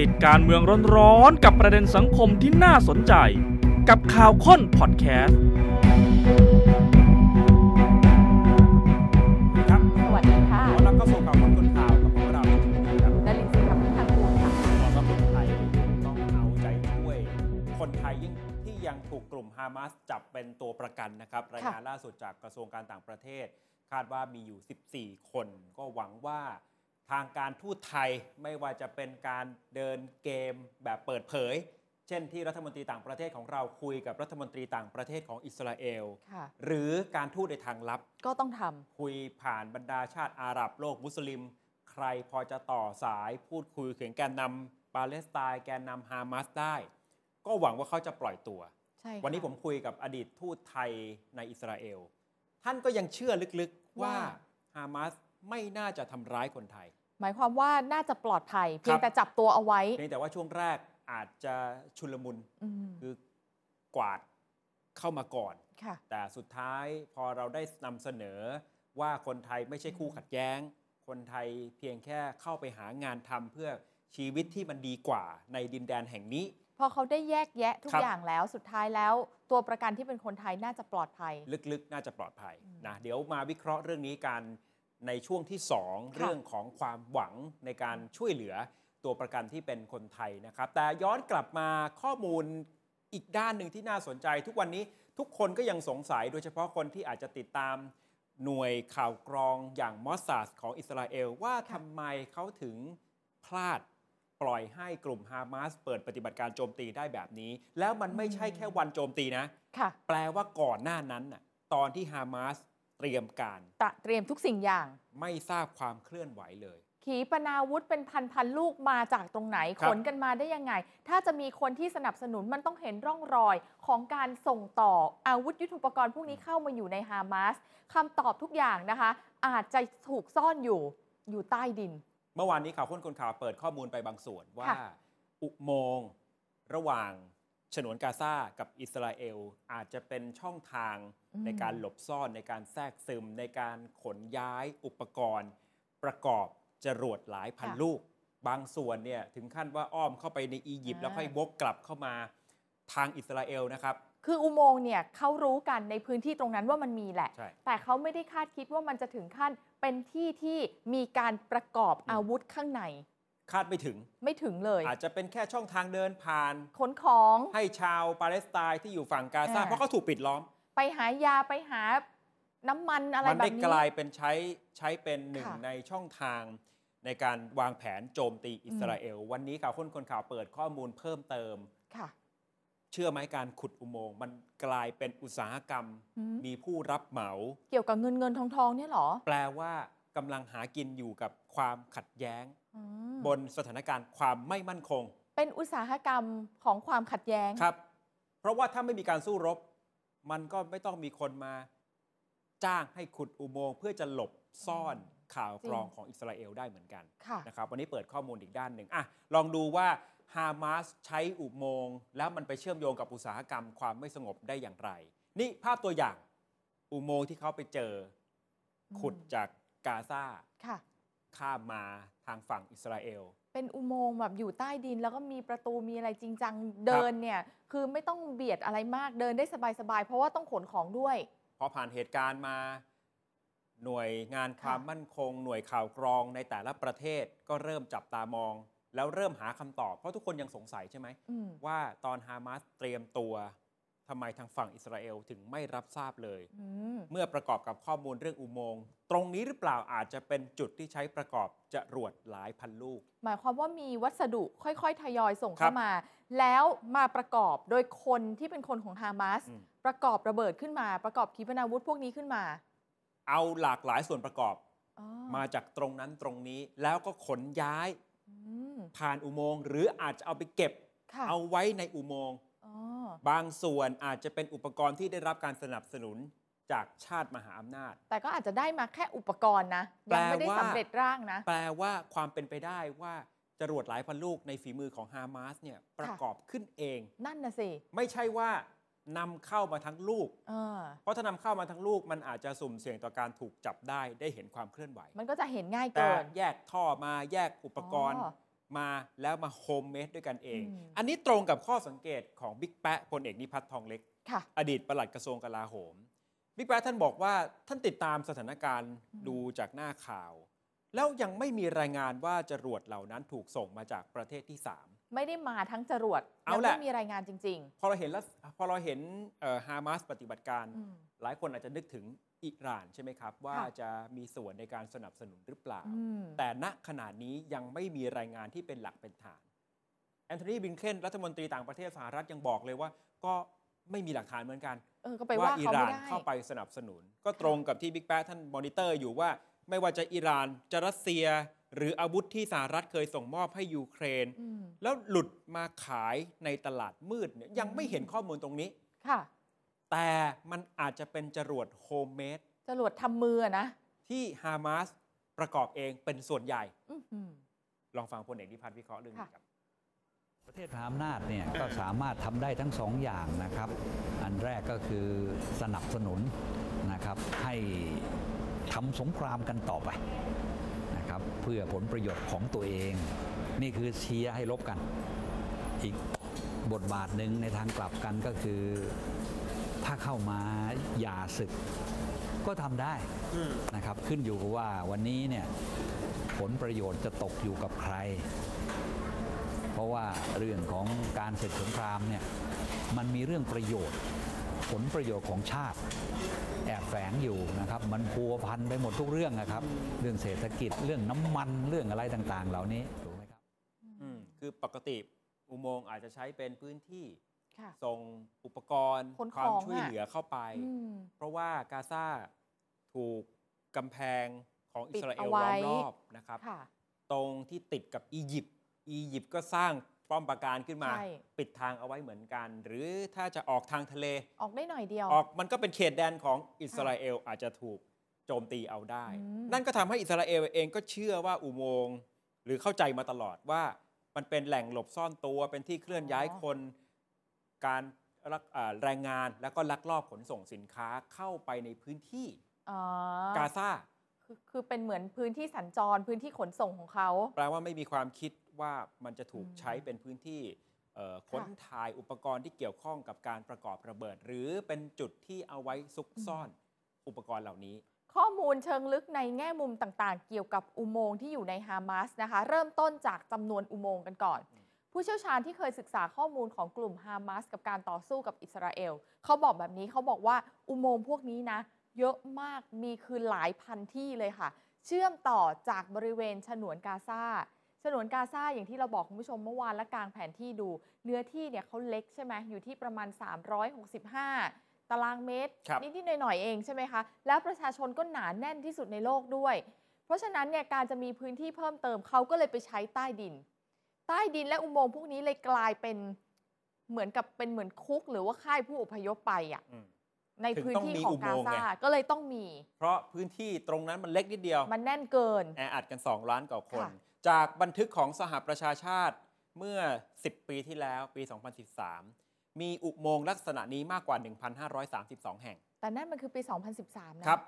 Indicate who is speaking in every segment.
Speaker 1: ติดการเมืองร้อนๆกับประเด็นสังคมที่น่าสนใจ กับข่าวค้นพอดแคสต์
Speaker 2: ครับ
Speaker 3: สวัสดีค่ะ
Speaker 2: ขอรับเข้าสู่ข่าวคนคนข่าวกับผมเราชมพูครับ
Speaker 3: ดลินสิทธิ์คำพุทธังกูลค่ะ
Speaker 2: ขอรับคนไทยต้องเอาใจช่วย คนไทยยิ่งที่ยังถูกกลุ่มฮามาสจับเป็นตัวประกันนะครับรายงานล่าสุดจากกระทรวงการต่างประเทศ คาดว่ามีอยู่ 14 คน ก็หวังว่าทางการทูตไทยไม่ว่าจะเป็นการเดินเกมแบบเปิดเผย เช่นที่รัฐมนตรีต่างประเทศของเราคุยกับรัฐมนตรีต่างประเทศของอิสราเอล
Speaker 3: ค่ะ
Speaker 2: หรือการทูตในทางลับ
Speaker 3: ก็ต้องทำ
Speaker 2: คุยผ่านบรรดาชาติอาหรับโลกมุสลิม ใครพอจะต่อสายพูดคุยถึงแกนนำปาเลสไตน์แกนนำฮามาสได้ ก็หวังว่าเขาจะปล่อยตัว
Speaker 3: ใช่ค่ะ
Speaker 2: วันนี้ผมคุยกับอดีตทูตไทยในอิสราเอล ท่านก็ยังเชื่อลึกๆว่า
Speaker 3: ว่า
Speaker 2: ฮามาสไม่น่าจะทำร้ายคนไทย
Speaker 3: หมายความว่าน่าจะปลอดภัย เพีย
Speaker 2: ครั
Speaker 3: ง
Speaker 2: บ
Speaker 3: แต่จับตัวเอาไว้
Speaker 2: เพียงแต่ว่าช่วงแรกอาจจะชุลมุน
Speaker 3: อืม
Speaker 2: คือกวาดเข้ามาก่อน
Speaker 3: ค่ะ
Speaker 2: แต่สุดท้ายพอเราได้นำเสนอว่าคนไทยไม่ใช่คู่ขัดแย้ง คนไทยเพียงแค่เข้าไปหางานทำเพื่อชีวิตที่มันดีกว่าในดินแดนแห่งนี้
Speaker 3: พอเขาได้แยกแยะทุก
Speaker 2: ครับ
Speaker 3: อย่างแล้ว สุดท้ายแล้ว ตัวประกันที่เป็นคนไทยน่าจะปลอดภัย
Speaker 2: ลึกๆ น่าจะปลอดภัย
Speaker 3: อืม
Speaker 2: นะเดี๋ยวมาวิเคราะห์เรื่องนี้กันในช่วงที่ 2
Speaker 3: ค่ะ
Speaker 2: เรื่องของความหวังในการช่วยเหลือตัวประกันที่เป็นคนไทยนะครับ แต่ย้อนกลับมาข้อมูลอีกด้านหนึ่งที่น่าสนใจ ทุกวันนี้ทุกคนก็ยังสงสัยโดยเฉพาะคนที่อาจจะติดตามหน่วยข่าวกรองอย่างมอสซาสของอิสราเอล ว่าทำไมเขาถึงพลาดปล่อยให้กลุ่มฮามาสเปิดปฏิบัติการโจมตีได้แบบนี้ แล้วมันไม่ใช่แค่วันโจมตีนะ
Speaker 3: ค่ะ
Speaker 2: แปลว่าก่อนหน้านั้นน่ะตอนที่ฮามาสเตรียมการ
Speaker 3: ตระเตรียมทุกสิ่งอย่าง
Speaker 2: ไม่ทราบความเคลื่อนไหวเลย
Speaker 3: ขีปนาวุธเป็นพันพันๆลูกมาจากตรงไหน
Speaker 2: ครั
Speaker 3: ข
Speaker 2: บ
Speaker 3: นกันมาได้ยังไง ถ้าจะมีคนที่สนับสนุนมันต้องเห็นร่องรอยของการส่งต่ออาวุธยุทโธปกรณ์พวกนี้เข้ามาอยู่ในฮามาสคำตอบทุกอย่างนะคะ อาจจะถูกซ่อนอยู่อยู่ใต้ดิน
Speaker 2: เมื่อวานนี้ข่าวค้นคนข่าวเปิดข้อมูลไปบางส่วนว่า
Speaker 3: ค่ะ
Speaker 2: อุโมงค์ระหว่างฉนวนกาซากับอิสราเอล อาจจะเป็นช่องทาง
Speaker 3: อืม
Speaker 2: ในการหลบซ่อนในการแทรกซึม ในการขนย้ายอุปกรณ์ ประกอบจรวดหลายพัน
Speaker 3: ค่ะ
Speaker 2: ลูก บางส่วนเนี่ยถึงขั้นว่าอ้อมเข้าไปในอียิปต์แล้ว
Speaker 3: อ่า
Speaker 2: ค่อยวกกลับเข้ามาทางอิสราเอลนะครับ
Speaker 3: คืออุโมงค์เนี่ยเขารู้กันในพื้นที่ตรงนั้นว่ามันมีแหละ
Speaker 2: ใช่
Speaker 3: แต่เขาไม่ได้คาดคิดว่ามันจะถึงขั้นเป็นที่ที่มีการประกอบ
Speaker 2: อืม
Speaker 3: อาวุธข้างใน
Speaker 2: คาดไม่ถึง
Speaker 3: ไม่ถึงเลย
Speaker 2: อาจจะเป็นแค่ช่องทางเดินผ่าน
Speaker 3: ขนของ
Speaker 2: ให้ชาวปาเลสไตน์ที่อยู่ฝั่งกาซา
Speaker 3: อ่า
Speaker 2: เพราะเขาถูกปิดล้อม
Speaker 3: ไปหายาไปหาน้ำมันอะไร
Speaker 2: มั
Speaker 3: แบ
Speaker 2: ได้
Speaker 3: บนี้
Speaker 2: กลายเป็นใช้ใช้เป็นหนึ่ง
Speaker 3: ค่ะ
Speaker 2: ในช่องทางในการวางแผนโจมตีอิสราเอล วันนี้ข่าวค้นคนข่าวเปิดข้อมูลเพิ่มเติม
Speaker 3: ค่ะ
Speaker 2: เชื่อไหมการขุดอุโมงค์มันกลายเป็นอุตสาหกรรม
Speaker 3: อืม
Speaker 2: มีผู้รับเหมา
Speaker 3: เกี่ยวกับเงินเงินทองทองเนี่ยเหรอ
Speaker 2: แปลว่ากำลังหากินอยู่กับความขัดแย้ง
Speaker 3: อืม
Speaker 2: บนสถานการณ์ความไม่มั่นคง
Speaker 3: เป็นอุตสาหกรรมของความขัดแย้ง
Speaker 2: ครับ เพราะว่าถ้าไม่มีการสู้รบ มันก็ไม่ต้องมีคนมา จ้างให้ขุดอุโมงค์เพื่อจะหลบซ่อนข่าวกรอ
Speaker 3: จ
Speaker 2: ง
Speaker 3: ริง
Speaker 2: ของอิสราเอลได้เหมือนกัน
Speaker 3: ค่ะ
Speaker 2: นะครับ วันนี้เปิดข้อมูลอีกด้านหนึ่งอ่ะลองดูว่าฮามาสใช้อุโมงค์แล้วมันไปเชื่อมโยงกับอุตสาหกรรมความไม่สงบได้อย่างไร นี่ภาพตัวอย่างอุโมงค์ที่เขาไปเจอ
Speaker 3: อืม
Speaker 2: ขุดจากกาซา
Speaker 3: ค่ะ
Speaker 2: ข้ามมาทางฝั่งอิสราเอล
Speaker 3: เป็นอุโมงค์แบบอยู่ใต้ดิน แล้วก็มีประตูมีอะไรจริงจังเดินเนี่ย คือไม่ต้องเบียดอะไรมากเดินได้สบายๆ เพราะว่าต้องขนของด้วย
Speaker 2: พอผ่านเหตุการณ์มาหน่วยงาน
Speaker 3: ค่ะ
Speaker 2: ความมั่นคง หน่วยข่าวกรองในแต่ละประเทศก็เริ่มจับตามอง แล้วเริ่มหาคำตอบ เพราะทุกคนยังสงสัยใช่ไหม
Speaker 3: อืม
Speaker 2: ว่าตอนฮามาสเตรียมตัวทำไมทางฝั่งอิสราเอลถึงไม่รับทราบเลย
Speaker 3: อืม
Speaker 2: เมื่อประกอบกับข้อมูลเรื่องอุโมงค์ตรงนี้หรือเปล่าอาจจะเป็นจุดที่ใช้ประกอบจรวดหลายพันลูก
Speaker 3: หมายความว่ามีวัสดุค่อยๆ ทยอยส่ง
Speaker 2: ครั
Speaker 3: เข้า
Speaker 2: บ
Speaker 3: มา แล้วมาประกอบโดยคนที่เป็นคนของฮามาส
Speaker 2: อืม
Speaker 3: ประกอบระเบิดขึ้นมา ประกอบขีปนาวุธพวกนี้ขึ้นมา
Speaker 2: เอาหลากหลายส่วนประกอบ
Speaker 3: อ๋อ
Speaker 2: มาจากตรงนั้นตรงนี้แล้วก็ขนย้าย
Speaker 3: อืม
Speaker 2: ผ่านอุโมงค์หรืออาจจะเอาไปเก็บ
Speaker 3: ค่ะ
Speaker 2: เอาไว้ในอุโมงค์
Speaker 3: อ๋อ
Speaker 2: บางส่วนอาจจะเป็นอุปกรณ์ที่ได้รับการสนับสนุนจากชาติมหาอำนาจ
Speaker 3: แต่ก็อาจจะได้มาแค่อุปกรณ์นะ ยังไม่ได้
Speaker 2: แปลว่า
Speaker 3: สำเร็จร่างนะ
Speaker 2: แปลว่าความเป็นไปได้ว่าจรวดหลายพันลูกในฝีมือของฮามาสเนี่ยประกอบขึ้นเอง
Speaker 3: นั่นนะสิ
Speaker 2: ไม่ใช่ว่านำเข้ามาทั้งลูก
Speaker 3: เออ
Speaker 2: เพราะถ้านำเข้ามาทั้งลูกมันอาจจะสุ่มเสี่ยงต่อการถูกจับได้ได้เห็นความเคลื่อนไหว
Speaker 3: มันก็จะเห็นง่าย
Speaker 2: แต่
Speaker 3: เกิน
Speaker 2: แยกท่อมาแยกอุปกรณ์
Speaker 3: อ๋อ
Speaker 2: มาแล้วมาโฮมเมดด้วยกันเอง
Speaker 3: อืม
Speaker 2: อันนี้ตรงกับข้อสังเกตของบิ๊กแปะพลเอกนิพัฒน์ทองเล็ก
Speaker 3: ค่ะ
Speaker 2: อดีตปลัดกระทรวงกลาโหมบิ๊กแป๊ะท่านบอกว่าท่านติดตามสถานการณ์
Speaker 3: อืม
Speaker 2: ดูจากหน้าข่าว แล้วยังไม่มีรายงานว่าจรวดเหล่านั้นถูกส่งมาจากประเทศที่ 3
Speaker 3: ไม่ได้มาทั้งจรวด
Speaker 2: เอา
Speaker 3: ยัง
Speaker 2: แหละ
Speaker 3: ไม่มีรายงานจริง
Speaker 2: พอเราเห็นแล้วพอเราเห็นฮามาสปฏิบัติการ
Speaker 3: ๆ อืม
Speaker 2: หลายคนอาจจะนึกถึงอิหร่านใช่ไหมครับ ว่า
Speaker 3: ค่ะ
Speaker 2: จะมีส่วนในการสนับสนุนหรือเปล่า
Speaker 3: อืม
Speaker 2: แต่ณขณะนี้ยังไม่มีรายงานที่เป็นหลักเป็นฐาน แอนโทนี บลินเคนรัฐมนตรีต่างประเทศสหรัฐยังบอกเลยว่า ก็ไม่มีหลักฐานเหมือนกัน
Speaker 3: เออ ก็ไปว่า
Speaker 2: ว่าอิ
Speaker 3: เขา
Speaker 2: ห
Speaker 3: ไม่
Speaker 2: ร่าน
Speaker 3: ได้
Speaker 2: เข้าไปสนับสนุน ก็ตรงกับที่บิ๊กแป๊ะท่านมอนิเตอร์อยู่ว่า ไม่ว่าจะอิหร่านจะรัสเซีย หรืออาวุธที่สหรัฐเคยส่งมอบให้ยูเครน
Speaker 3: อืม
Speaker 2: แล้วหลุดมาขายในตลาดมืดเนี่ยยังไม่เห็นข้อมูลตรงนี้
Speaker 3: ค่ะ
Speaker 2: แต่มันอาจจะเป็นจรวดโฮมเมด
Speaker 3: จรวดทำมืออะนะ
Speaker 2: ที่ฮามาสประกอบเองเป็นส่วนใหญ่
Speaker 3: อื้อหือ
Speaker 2: ลองฟังพลเอกนิพัฒน์วิเคราะห์เรื่องนี้
Speaker 3: ค่ะ
Speaker 2: ครับ
Speaker 4: ประเทศมหาอำนาจเนี่ยก็สามารถทำได้ทั้งสองอย่างนะครับ อันแรกก็คือสนับสนุนนะครับให้ทำสงครามกันต่อไปนะครับเพื่อผลประโยชน์ของตัวเอง นี่คือเชียร์ให้ลบกัน อีกบทบาทหนึ่งในทางกลับกันก็คือ ถ้าเข้ามาหย่าศึกก็ทำได้นะครับขึ้นอยู่กับว่าวันนี้เนี่ยผลประโยชน์จะตกอยู่กับใคร เพราะว่าเรื่องของการศึกสงครามเนี่ยมันมีเรื่องประโยชน์ ผลประโยชน์ของชาติ แอบแฝงอยู่นะครับ มันพัวพันไปหมดทุกเรื่องนะครับ เรื่องเศรษฐกิจเรื่องน้ำมันเรื่องอะไรต่างๆ เหล่านี้ถูกไหมครับ
Speaker 2: อืมคือปกติอุโมงค์อาจจะใช้เป็นพื้นที่
Speaker 3: ค่ะ
Speaker 2: ส่งอุปกรณ์
Speaker 3: ขนของ
Speaker 2: ความช่วย
Speaker 3: อะ
Speaker 2: เหลือเข้าไป
Speaker 3: อืม
Speaker 2: เพราะว่ากาซาถูกกำแพงของอิสราเอ
Speaker 3: ปิด
Speaker 2: ล
Speaker 3: เอาไว้
Speaker 2: ล้อมรอบนะครับ
Speaker 3: ค่ะ
Speaker 2: ตรงที่ติดกับอียิปต์อียิปต์ก็สร้างป้อมปราการขึ้นมา
Speaker 3: ใช่
Speaker 2: ปิดทางเอาไว้เหมือนกัน หรือถ้าจะออกทางทะเล
Speaker 3: ออกได้หน่อยเดียว
Speaker 2: ออกมันก็เป็นเขตแดนของอิสราเอลอาจจะถูกโจมตีเอาได้
Speaker 3: อืม
Speaker 2: นั่นก็ทำให้อิสราเอลเองก็เชื่อว่าอุโมงค์หรือเข้าใจมาตลอดว่ามันเป็นแหล่งหลบซ่อนตัวเป็นที่เคลื่อนย้ายคนการรักอ่าแรงงานแล้วก็ลักลอบขนส่งสินค้าเข้าไปในพื้นที่
Speaker 3: อ๋อก
Speaker 2: าซา
Speaker 3: คือคือเป็นเหมือนพื้นที่สัญจรพื้นที่ขนส่งของเขา
Speaker 2: แปลว่าไม่มีความคิดว่ามันจะถูก
Speaker 3: อืม
Speaker 2: ใช้เป็นพื้นที่เอ่อค้น
Speaker 3: ค่ะ
Speaker 2: ถ่ายอุปกรณ์ที่เกี่ยวข้องกับการประกอบระเบิด หรือเป็นจุดที่เอาไว้ซุก
Speaker 3: อืม
Speaker 2: ซ่อนอุปกรณ์เหล่านี้
Speaker 3: ข้อมูลเชิงลึกในแง่มุมต่างๆ เกี่ยวกับอุโมงค์ที่อยู่ในฮามาสนะคะ เริ่มต้นจากจำนวนอุโมงค์กันก่อน
Speaker 2: อืม
Speaker 3: ผู้เชี่ยวชาญที่เคยศึกษาข้อมูลของกลุ่มฮามาสกับการต่อสู้กับอิสราเอลเขาบอกแบบนี้เขาบอกว่าอุโมงค์พวกนี้นะ เยอะมากมีคือหลายพันที่เลยค่ะ เชื่อมต่อจากบริเวณฉนวนกาซาฉนวนกาซาอย่างที่เราบอกคุณผู้ชมเมื่อวานและกลางแผนที่ดู เนื้อที่เนี่ยเขาเล็กใช่ไหมอยู่ที่ประมาณ 365 ตารางเมตร
Speaker 2: ครับ
Speaker 3: นิด ๆ หน่อย ๆ เองใช่ไหมคะ แล้วประชาชนก็หนาแน่นที่สุดในโลกด้วย เพราะฉะนั้นเนี่ยการจะมีพื้นที่เพิ่มเติมเขาก็เลยไปใช้ใต้ดิน ใต้ดินและอุโมงค์พวกนี้เลยกลายเป็นเหมือนกับเป็นเหมือนคุก หรือว่าค่ายผู้อพยพไปอ่ะ
Speaker 2: อืม
Speaker 3: ใน
Speaker 2: ถึง
Speaker 3: พื้น
Speaker 2: ต้อง
Speaker 3: ที่
Speaker 2: มี
Speaker 3: ของ
Speaker 2: อุโม
Speaker 3: กาง
Speaker 2: ค์ไง
Speaker 3: ซาก็เลยต้องมี
Speaker 2: เพราะพื้นที่ตรงนั้นมันเล็กนิดเดียว
Speaker 3: มันแน่นเกิน
Speaker 2: แออัดกัน 2 ล้านกว่าคน
Speaker 3: ค่ะ
Speaker 2: จากบันทึกของสหประชาชาติเมื่อ 10 ปีที่แล้วปี 2013 มีอุโมงค์ลักษณะนี้มากกว่า 1,532 แห่ง
Speaker 3: แต่นั่นมันคือปี 2013 นะครับ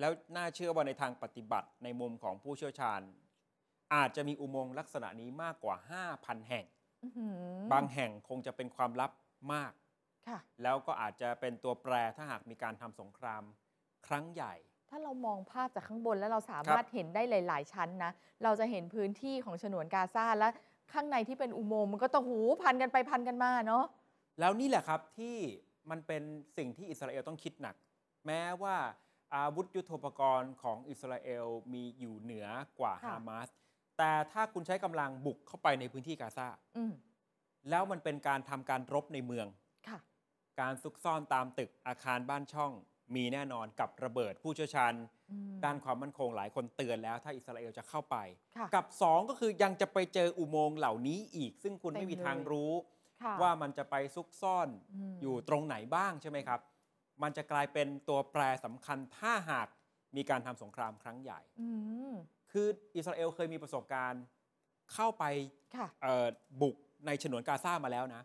Speaker 2: แล้วน่าเชื่อว่าในทางปฏิบัติในมุมของผู้เชี่ยวชาญ อาจจะมีอุโมงค์ลักษณะนี้มากกว่า 5,000 แห่ง
Speaker 3: อื้อหือบ
Speaker 2: างแห่งคงจะเป็นความลับมาก
Speaker 3: ค่ะ
Speaker 2: แล้วก็อาจจะเป็นตัวแปรถ้าหากมีการทำสงครามครั้งใหญ่
Speaker 3: ถ้าเรามองภาพจากข้างบนแล้วเราสามารถเห็นได้หลาย ๆ ชั้นนะ เราจะเห็นพื้นที่ของฉนวนกาซาและข้างในที่เป็นอุโมงค์มันก็ต้องหูพันกันไปพันกันมาเนาะ
Speaker 2: แล้วนี่แหละครับที่มันเป็นสิ่งที่อิสราเอลต้องคิดหนัก แม้ว่าอาวุธยุโทโธปกรณ์ของอิสราเอลมีอยู่เหนือกว่า
Speaker 3: ค่ะ
Speaker 2: ฮามาสแต่ถ้าคุณใช้กำลังบุกเข้าไปในพื้นที่กาซา
Speaker 3: อืม
Speaker 2: แล้วมันเป็นการทำการรบในเมือง
Speaker 3: ค่ะ
Speaker 2: การซุกซ่อนตามตึกอาคารบ้านช่อง มีแน่นอนกับระเบิดผู้เชี่ยวชาญ
Speaker 3: อืม
Speaker 2: ด้านความมั่นคงหลายคนเตือนแล้ว ถ้าอิสราเอลจะเข้าไป
Speaker 3: ค่ะ
Speaker 2: กับ 2 ก็คือยังจะไปเจออุโมงค์เหล่านี้อีก ซึ่งคุณ
Speaker 3: เต็ม
Speaker 2: ไม่มี
Speaker 3: เลย
Speaker 2: ทางรู้
Speaker 3: ค่ะ
Speaker 2: ว่ามันจะไปซุกซ่อน
Speaker 3: ม
Speaker 2: อยู่ตรงไหนบ้างใช่ไหมครับ มันจะกลายเป็นตัวแปรสำคัญถ้าหากมีการทำสงครามครั้งใหญ่
Speaker 3: อืม
Speaker 2: คืออิสราเอลเคยมีประสบการณ์เข้าไป
Speaker 3: ค่ะ
Speaker 2: เอ่อบุกในฉนวนกาซามาแล้วนะ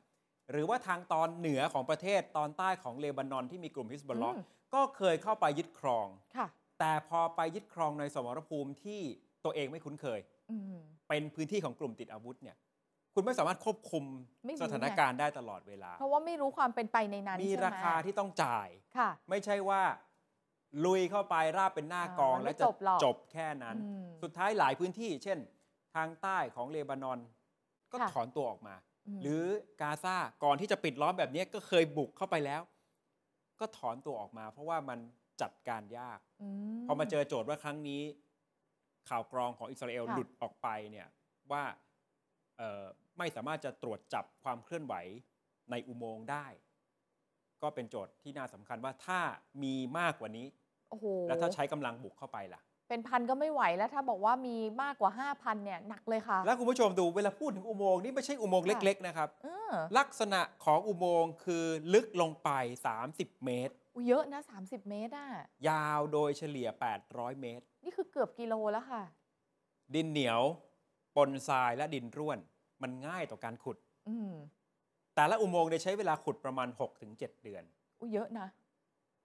Speaker 2: หรือว่าทางตอนเหนือของประเทศตอนใต้ของเลบานอนที่มีกลุ่มฮิสบอลลอ
Speaker 3: อืม
Speaker 2: ก็เคยเข้าไปยึดครอง
Speaker 3: ค่ะ
Speaker 2: แต่พอไปยึดครองในสมรภูมิที่ ตัวเองไม่คุ้นเคย
Speaker 3: อืม
Speaker 2: เป็นพื้นที่ของกลุ่มติดอาวุธเนี่ยคุณไม่สามารถควบคุม
Speaker 3: ไม่รู้ไง
Speaker 2: สถานการณ์ได้ตลอดเวลา
Speaker 3: เพราะว่าไม่รู้ความเป็นไปในนั้น
Speaker 2: มี
Speaker 3: ใช่ไห
Speaker 2: ราคาที่ต้องจ่าย
Speaker 3: ค่ะ
Speaker 2: ไม่ใช่ว่าลุยเข้าไปราบเป็นหน้ากอง
Speaker 3: อ่ามันไม่
Speaker 2: แล้วจะ
Speaker 3: จบหรอก
Speaker 2: จบแค่นั้น
Speaker 3: อืม
Speaker 2: สุดท้ายหลายพื้นที่ เช่น ทางใต้ของเลบานอน ก็
Speaker 3: ค่ะ
Speaker 2: ถอนตัวออกมา
Speaker 3: ม
Speaker 2: หรือกาซาก่อนที่จะปิดล้อมแบบนี้ก็เคยบุกเข้าไปแล้ว ก็ถอนตัวออกมา เพราะว่ามันจัดการยาก
Speaker 3: ม
Speaker 2: พอมาเจอโจทย์ว่าครั้งนี้ ข่าวกรองของอิสราเอล
Speaker 3: ค่ะ
Speaker 2: หลุดออกไปเนี่ยว่าเอ่อไม่สามารถจะตรวจจับความเคลื่อนไหวในอุโมงค์ได้ ก็เป็นโจทย์ที่น่าสำคัญว่าถ้ามีมากกว่านี้
Speaker 3: โอ้โห
Speaker 2: แล้วถ้าใช้กำลังบุกเข้าไปล่ะ
Speaker 3: เป็นพันก็ไม่ไหวแล้วถ้าบอกว่ามีมากกว่า 5,000เนี่ยหนักเลยค่ะ
Speaker 2: แล้วคุณผู้ชมดูเวลาพูดถึงอุโมงค์นี่ไม่ใช่อุโมงค์เล็ก ๆ นะครับ
Speaker 3: เออ
Speaker 2: ลักษณะของอุโมงค์คือลึกลงไป 30 เมตร
Speaker 3: อุ๊ยเยอะนะ 30 เมตรอ่ะ
Speaker 2: ยาวโดยเฉลี่ย 800 เมตร
Speaker 3: นี่คือเกือบกิโลแล้วค่ะ
Speaker 2: ดินเหนียว ปนทรายและดินร่วน มันง่ายต่อการขุด
Speaker 3: อืม
Speaker 2: แต่ละอุโมงค์เนี่ยใช้เวลาขุดประมาณ 6-7 เดือน
Speaker 3: อุ๊ยเยอะนะ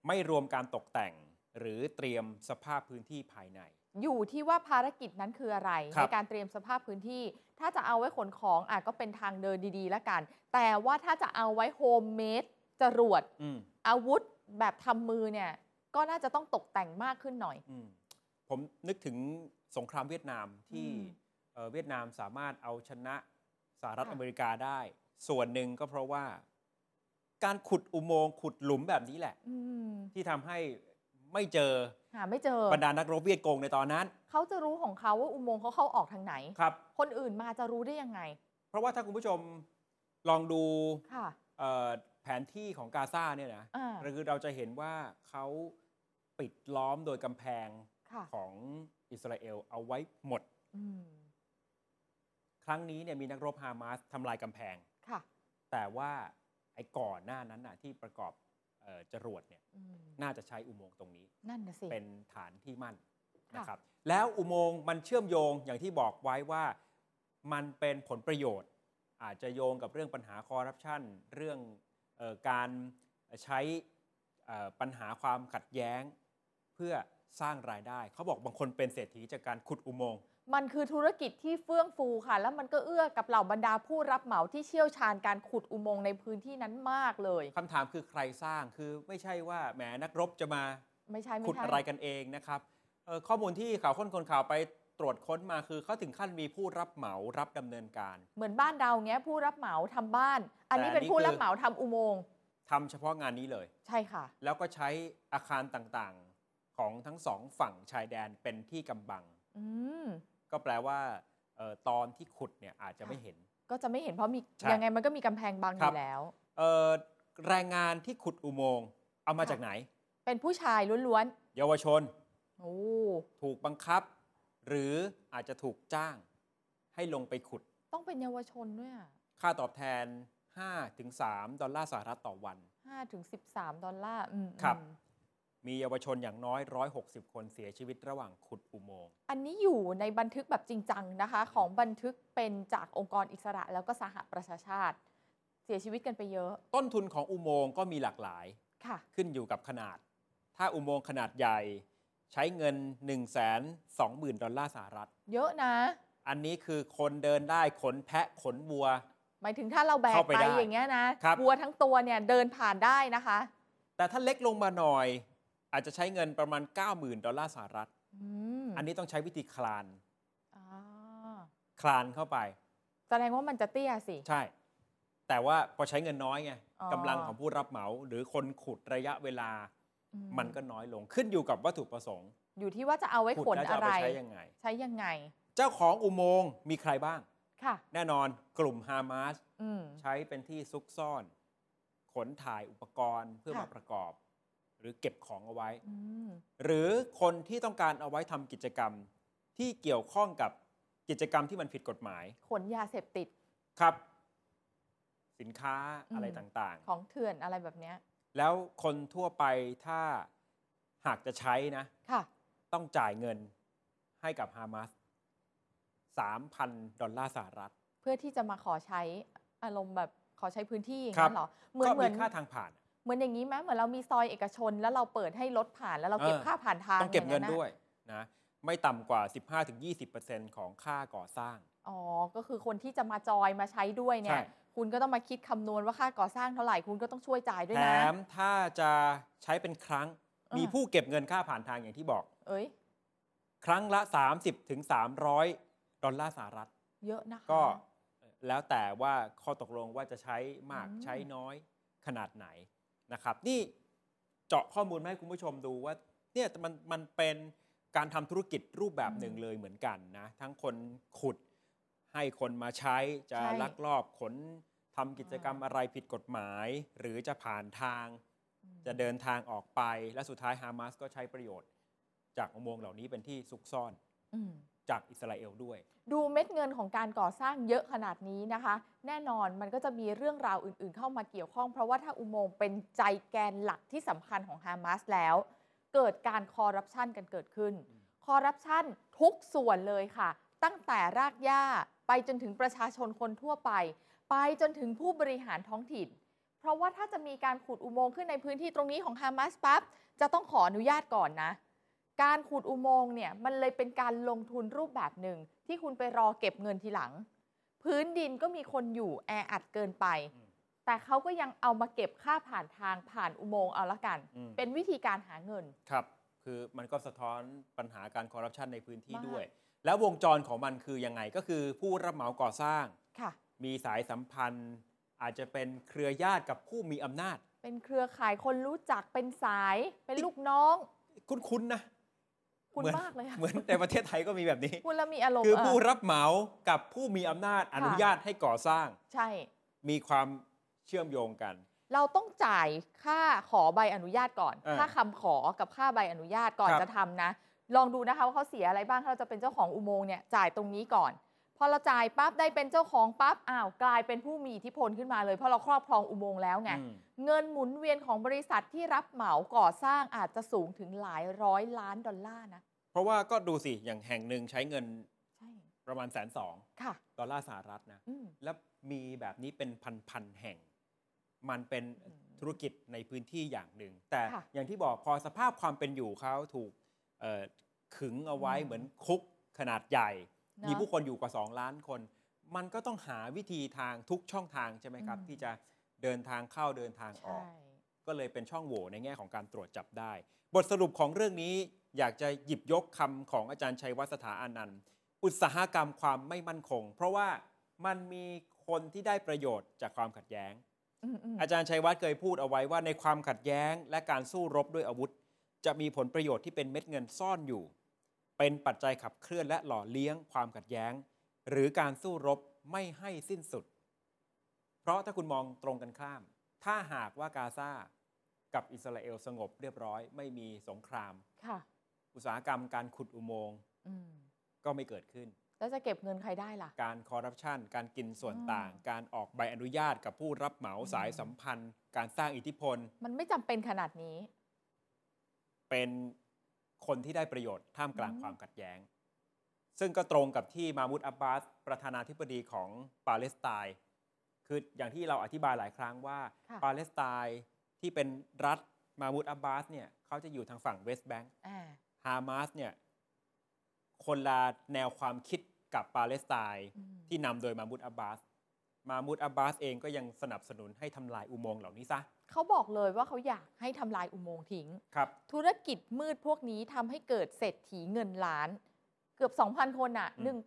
Speaker 2: ไม่รวมการตกแต่งหรือเตรียมสภาพพื้นที่ภายใน
Speaker 3: อยู่ที่ว่าภารกิจนั้นคืออะไร
Speaker 2: ครับ
Speaker 3: ในการเตรียมสภาพพื้นที่ ถ้าจะเอาไว้ขนของอาจก็เป็นทางเดินดีๆ แล้วกัน แต่ว่าถ้าจะเอาไว้โฮมเมดจรวด
Speaker 2: อืม
Speaker 3: อาวุธแบบทำมือเนี่ย ก็น่าจะต้องตกแต่งมากขึ้นหน่อย
Speaker 2: อืมผมนึกถึงสงครามเวียดนามที่
Speaker 3: อืม
Speaker 2: เอ่อเวียดนามสามารถเอาชนะสหรัฐ
Speaker 3: ค่ะ
Speaker 2: อเมริกาได้ ส่วนหนึ่งก็เพราะว่า การขุดอุโมงค์ขุดหลุมแบบนี้แหละ
Speaker 3: อืม
Speaker 2: ที่ทำให้ไม่เจอ
Speaker 3: หาไม่เจอ
Speaker 2: บรรดานักรบเวียดกงในตอนนั้น
Speaker 3: เขาจะรู้ของเขาว่าอุโมงค์เขาเข้าออกทางไหน
Speaker 2: ครับ
Speaker 3: คนอื่นมาจะรู้ได้ยังไง
Speaker 2: เพราะว่าถ้าคุณผู้ชมลองดู
Speaker 3: ค่ะ
Speaker 2: เอ่อแผนที่ของกาซาเนี่ยนะ
Speaker 3: อ่า
Speaker 2: คือเราจะเห็นว่าเขาปิดล้อมโดยกำแพง
Speaker 3: ค่ะ
Speaker 2: ของอิสราเอลเอาไว้หมด
Speaker 3: อืม
Speaker 2: ครั้งนี้เนี่ยมีนักรบฮามาสทำลายกำแพง
Speaker 3: ค่ะ
Speaker 2: แต่ว่าไอ้ก่อนหน้านั้นน่ะที่ประกอบเอ่อจรวดเนี่ย
Speaker 3: อืม
Speaker 2: น่าจะใช้อุโมงค์ตรงนี้
Speaker 3: นั่นนะสิ
Speaker 2: เป็นฐานที่มั่น
Speaker 3: ค่ะ
Speaker 2: นะครับ แล้วอุโมงค์มันเชื่อมโยงอย่างที่บอกไว้ว่ามันเป็นผลประโยชน์ อาจจะโยงกับเรื่องปัญหาคอร์รัปชันเรื่องเออการใช้เอ่อปัญหาความขัดแย้ง เพื่อสร้างรายได้ เขาบอกบางคนเป็นเศรษฐีจากการขุดอุโมงค์
Speaker 3: มันคือธุรกิจที่เฟื่องฟูค่ะ แล้วมันก็เอื้อกับเหล่าบรรดาผู้รับเหมาที่เชี่ยวชาญการขุดอุโมงค์ในพื้นที่นั้นมากเลย
Speaker 2: คำถามคือใครสร้างคือไม่ใช่ว่าแหมนักรบจะมา
Speaker 3: ไม่ใช่ไม่
Speaker 2: ขุด
Speaker 3: ใช่
Speaker 2: อะไรกันเองนะครับเอ่อข้อมูลที่ข่าวค้นคนข่าวไปตรวจค้นมาคือเขาถึงขั้นมีผู้รับเหมารับดำเนินการ
Speaker 3: เหมือนบ้านเราเนี้ยผู้รับเหมาทำบ้าน อันนี้เป็
Speaker 2: แต่
Speaker 3: น
Speaker 2: นี่
Speaker 3: ผู้
Speaker 2: คือ
Speaker 3: รับเหมาทำอุโมงค์
Speaker 2: ทำเฉพาะงานนี้เลย
Speaker 3: ใช่ค่ะ
Speaker 2: แล้วก็ใช้อาคารต่างๆของทั้งสองฝั่งชายแดนเป็นที่กำบัง
Speaker 3: อืม
Speaker 2: ก็แปลว่าเอ่อตอนที่ขุดเนี่ยอาจจะไม่เห็น
Speaker 3: ก็จะไม่เห็นเพราะมี
Speaker 2: ใช่
Speaker 3: ยังไงมันก็มีกำแพงบังอ
Speaker 2: ครับ
Speaker 3: ยู่แล้ว
Speaker 2: เอ่อแรงงานที่ขุดอุโมงค์เอามา
Speaker 3: ค่ะ
Speaker 2: จากไหน
Speaker 3: เป็นผู้ชายล้วน
Speaker 2: เยาวชน
Speaker 3: ๆโอ้
Speaker 2: ถูกบังคับ หรืออาจจะถูกจ้าง ให้ลงไปขุด
Speaker 3: ต้องเป็นเยาวชนด้วย
Speaker 2: ค่าตอบแทน 5-3 ดอลลาร์สหรัฐต่อวัน
Speaker 3: ห้าถึงสิบสามดอลลาร์อืม
Speaker 2: ครับ
Speaker 3: อืม
Speaker 2: มีเยาวชนอย่างน้อย 160 คนเสียชีวิตระหว่างขุดอุโมงค์
Speaker 3: อันนี้อยู่ในบันทึกแบบจริงจังนะคะ ของบันทึกเป็นจากองค์กรอิสระแล้วก็สหประชาชาติ เสียชีวิตกันไปเยอะ
Speaker 2: ต้นทุนของอุโมงค์ก็มีหลากหลาย
Speaker 3: ค่ะ
Speaker 2: ขึ้นอยู่กับขนาด ถ้าอุโมงค์ขนาดใหญ่ ใช้เงิน 1 2 0 0 0 0 ดอลลาร์สหรัฐ
Speaker 3: เยอะนะ
Speaker 2: อันนี้คือคนเดินได้ขนแพะขนวัว
Speaker 3: หมายถึงถ้าเราแบก
Speaker 2: เข้าไป
Speaker 3: ไป
Speaker 2: ได้
Speaker 3: อย่างเงี้ยนะครับ วัวทั้งตัวเนี่ยเดินผ่านได้นะคะ
Speaker 2: แต่ถ้าเล็กลงมาหน่อย อาจจะใช้เงินประมาณ 90,000 ดอลลาร์สหรัฐ
Speaker 3: อืม
Speaker 2: อันนี้ต้องใช้วิธีคลาน
Speaker 3: อ่า
Speaker 2: คลานเข้าไป
Speaker 3: แสดงว่ามันจะเตี้ยสิ
Speaker 2: ใช่ แต่ว่าพอใช้เงินน้อยไง
Speaker 3: อ๋อ
Speaker 2: กำลังของผู้รับเหมา หรือคนขุดระยะเวลา
Speaker 3: อื
Speaker 2: มันก็น้อยลงขึ้นอยู่กับวัตถุประสงค์
Speaker 3: อยู่ที่ว่าจะเอาไว้
Speaker 2: ขุ
Speaker 3: ขน
Speaker 2: ดแล้วจะ
Speaker 3: อะ
Speaker 2: เอา
Speaker 3: ไร
Speaker 2: ไปใช้ยังไง
Speaker 3: ใช้ยังไง
Speaker 2: เจ้าของอุโมงค์มีใครบ้าง
Speaker 3: ค่ะ
Speaker 2: แน่นอนกลุ่มฮามาส
Speaker 3: อืม
Speaker 2: ใช้เป็นที่ซุกซ่อน ขนถ่ายอุปกรณ์เพื่อ
Speaker 3: ค่ะ
Speaker 2: มาประกอบ หรือเก็บของเอาไว้
Speaker 3: อืม
Speaker 2: หรือคนที่ต้องการเอาไว้ทำกิจกรรมที่เกี่ยวข้องกับกิจกรรมที่มันผิดกฎหมาย
Speaker 3: ขนยาเสพติด
Speaker 2: ครับ สินค้า
Speaker 3: อืม
Speaker 2: อะไรต่าง
Speaker 3: ของเถื่อนอะไรแบบเนี้ย
Speaker 2: ๆ แล้วคนทั่วไปถ้าหากจะใช้นะ
Speaker 3: ค่ะ
Speaker 2: ต้องจ่ายเงินให้กับฮามาส3,000 ดอลลาร์สหรัฐ
Speaker 3: เพื่อที่จะมาขอใช้อารมณ์แบบขอใช้พื้นที่อย่าง
Speaker 2: ครั
Speaker 3: นั้
Speaker 2: บ
Speaker 3: นเหรอ เหมือน
Speaker 2: ก็
Speaker 3: เหมื
Speaker 2: มี
Speaker 3: อน
Speaker 2: ค่าทางผ่าน
Speaker 3: เหมือนอย่างนี้ไหมเหมือนเรามีซอยเอกชน แล้วเราเปิดให้รถผ่านแล้วเราเก็บ
Speaker 2: เออ
Speaker 3: ค่าผ่านทาง
Speaker 2: ต้องเก็บเงิน
Speaker 3: ย่าะ
Speaker 2: ด้วยนะ ไม่ต่ำกว่า 15-20%ของค่าก่อสร้าง
Speaker 3: อ๋อ ก็คือคนที่จะมาจอยมาใช้ด้วยเนี่
Speaker 2: ใช่
Speaker 3: ย คุณก็ต้องมาคิดคำนวณว่าค่าก่อสร้างเท่าไหร่ คุณก็ต้องช่วยจ่ายด้วย
Speaker 2: แถ
Speaker 3: นะ
Speaker 2: มถ้าจะใช้เป็นครั้ง
Speaker 3: อ่ามี
Speaker 2: มีผู้เก็บเงินค่าผ่านทางอย่างที่บอก
Speaker 3: เอ้ย
Speaker 2: ครั้งละ 30-300ถึง300 ดอลลาร์สหรัฐ
Speaker 3: เยอะนะคะ
Speaker 2: ก็แล้วแต่ว่าข้อตกลงว่าจะใช้มาก
Speaker 3: อืม
Speaker 2: ใช้น้อยขนาดไหนนะครับ นี่เจาะข้อมูลมาให้คุณผู้ชมดูว่าเนี่ยมันมันเป็นการทำธุรกิจรูปแบบหนึ่งเลยเหมือนกันนะ ทั้งคนขุดให้คนมาใช้จะลักลอบขนทำกิจกรรมอะไรผิดกฎหมาย หรือจะผ่านทาง จะเดินทางออกไปและสุดท้ายฮามาสก็ใช้ประโยชน์ จากอุโมงค์เหล่านี้เป็นที่ซุกซ่อน
Speaker 3: อืม
Speaker 2: จากอิสราเอลด้วย
Speaker 3: ดูเม็ดเงินของการก่อสร้างเยอะขนาดนี้นะคะ แน่นอนมันก็จะมีเรื่องราวอื่นๆ เข้ามาเกี่ยวข้อง เพราะว่าถ้าอุโมงค์เป็นใจแกนหลักที่สำคัญของฮามาสแล้ว เกิดการคอร์รัปชันกันเกิดขึ้น
Speaker 2: อืม
Speaker 3: คอร์รัปชันทุกส่วนเลยค่ะ ตั้งแต่รากหญ้าไปจนถึงประชาชนคนทั่วไป ไปจนถึงผู้บริหารท้องถิ่น เพราะว่าถ้าจะมีการขุดอุโมงค์ขึ้นในพื้นที่ตรงนี้ของฮามาสปั๊บจะต้องขออนุญาตก่อนนะ การขุดอุโมงค์เนี่ยมันเลยเป็นการลงทุนรูปแบบหนึ่ง ที่คุณไปรอเก็บเงินทีหลัง พื้นดินก็มีคนอยู่แออัดเกินไป
Speaker 2: อืม
Speaker 3: แต่เขาก็ยังเอามาเก็บค่าผ่านทางผ่านอุโมงค์เอาละกัน
Speaker 2: อืม
Speaker 3: เป็นวิธีการหาเงิน
Speaker 2: ครับ คือมันก็สะท้อนปัญหาการคอร์รัปชันในพื้นที่
Speaker 3: มาก
Speaker 2: ด้วย แล้ววงจรของมันคือยังไงก็คือผู้รับเหมาก่อสร้าง
Speaker 3: ค่ะ
Speaker 2: มีสายสัมพันธ์ อาจจะเป็นเครือญาติกับผู้มีอำนาจ
Speaker 3: เป็นเครือข่ายคนรู้จักเป็นสายเป็นลูกน้อง
Speaker 2: คุ้นๆนะ
Speaker 3: คุณ
Speaker 2: เหอน
Speaker 3: มากเลยอะ
Speaker 2: เหมือนในประเทศไทยก็มีแบบนี้
Speaker 3: คุณแล้วมีอารมณ์
Speaker 2: คือ
Speaker 3: เ
Speaker 2: ผู้รับเหมากับผู้มีอำนาจอนุญาตให้ก่อสร้าง
Speaker 3: ใช่
Speaker 2: มีความเชื่อมโยงกัน
Speaker 3: เราต้องจ่ายค่าขอใบอนุญาตก่อน
Speaker 2: เออ
Speaker 3: ค่าคำขอกับค่าใบอนุญาตก่อน
Speaker 2: ครับ
Speaker 3: จะทำนะ ลองดูนะคะว่าเขาเสียอะไรบ้างถ้าเราจะเป็นเจ้าของอุโมงค์เนี่ยจ่ายตรงนี้ก่อน พอเราจ่ายปั๊บได้เป็นเจ้าของปั๊บอ้าวกลายเป็นผู้มีอิทธิพลขึ้นมาเลยเพราะเราครอบครองอุโมงค์แล้วไง
Speaker 2: อืม
Speaker 3: เงินหมุนเวียนของบริษัทที่รับเหมาก่อสร้างอาจจะสูงถึงหลายร้อยล้านดอลลาร์นะ
Speaker 2: เพราะว่าก็ดูสิ อย่างแห่งหนึ่งใช้เงิน
Speaker 3: ใช่
Speaker 2: ประมาณแสนสอง
Speaker 3: ค่ะ
Speaker 2: ดอลลาร์สหรัฐนะ
Speaker 3: อืม
Speaker 2: แล้วมีแบบนี้เป็นพันๆแห่ง มันเป็น
Speaker 3: อืม
Speaker 2: ธุรกิจในพื้นที่อย่างหนึ่ง แต่
Speaker 3: ค่ะ
Speaker 2: อย่างที่บอกพอสภาพความเป็นอยู่เขาถูกเอ่อขึงเอาไว้
Speaker 3: อืม
Speaker 2: เหมือนคุกขนาดใหญ่
Speaker 3: เนอะ
Speaker 2: มีผู้คนอยู่กว่า 2 ล้านคน มันก็ต้องหาวิธีทางทุกช่องทางใช่ไหมครับ
Speaker 3: อืม
Speaker 2: ที่จะเดินทางเข้าเดินทางอ
Speaker 3: ใช่
Speaker 2: อก ก็เลยเป็นช่องโหว่ในแง่ของการตรวจจับได้ บทสรุปของเรื่องนี้อยากจะหยิบยกคำของอาจารย์ชัยวัฒน์สถาอานันต์ อุตสาหกรรมความไม่มั่นคง เพราะว่ามันมีคนที่ได้ประโยชน์จากความขัดแย้ง
Speaker 3: อืมอืม
Speaker 2: อาจารย์ชัยวัฒน์เคยพูดเอาไว้ว่าในความขัดแย้ง และการสู้รบด้วยอาวุธ จะมีผลประโยชน์ที่เป็นเม็ดเงินซ่อนอยู่ เป็นปัจจัยขับเคลื่อนและหล่อเลี้ยงความขัดแย้ง หรือการสู้รบไม่ให้สิ้นสุด เพราะถ้าคุณมองตรงกันข้าม ถ้าหากว่ากาซากับอิสราเอลสงบเรียบร้อย ไม่มีสงคราม
Speaker 3: ค่ะ
Speaker 2: อุตสาหกรรมการขุดอุโมงค์
Speaker 3: อืม
Speaker 2: ก็ไม่เกิดขึ้น
Speaker 3: แล้วจะเก็บเงินใครได้ล่ะ
Speaker 2: การคอร์รัปชัน การกินส่วน
Speaker 3: อืม
Speaker 2: ต่าง การออกใบอนุญาตกับผู้รับเหมา
Speaker 3: อืม
Speaker 2: สายสัมพันธ์ การสร้างอิทธิพล
Speaker 3: มันไม่จำเป็นขนาดนี้
Speaker 2: เป็นคนที่ได้ประโยชน์ท่ามกลาง
Speaker 3: อืม
Speaker 2: ความขัดแย้ง ซึ่งก็ตรงกับที่มามูดอับบาส ประธานาธิบดีของปาเลสไตน์ คืออย่างที่เราอธิบายหลายครั้งว่า
Speaker 3: ค่ะ
Speaker 2: ปาเลสไตน์ที่เป็นรัฐมามูดอับบาสเนี่ยเขาจะอยู่ทางฝั่งเวสต์แบงก์
Speaker 3: อ่า
Speaker 2: ฮามาสเนี่ยคนละแนวความคิดกับปาเลสไตน์
Speaker 3: อืม
Speaker 2: ที่นำโดยมามูดอับบาส มามูดอับบาสเองก็ยังสนับสนุนให้ทำลายอุโมงค์เหล่านี้ซะ
Speaker 3: เขาบอกเลยว่าเขาอยากให้ทำลายอุโมงค์ทิ้ง
Speaker 2: ครับ
Speaker 3: ธุรกิจมืดพวกนี้ทำให้เกิดเศรษฐีเงินล้าน เกือบ 2,000 คนอ่ะ
Speaker 2: อืม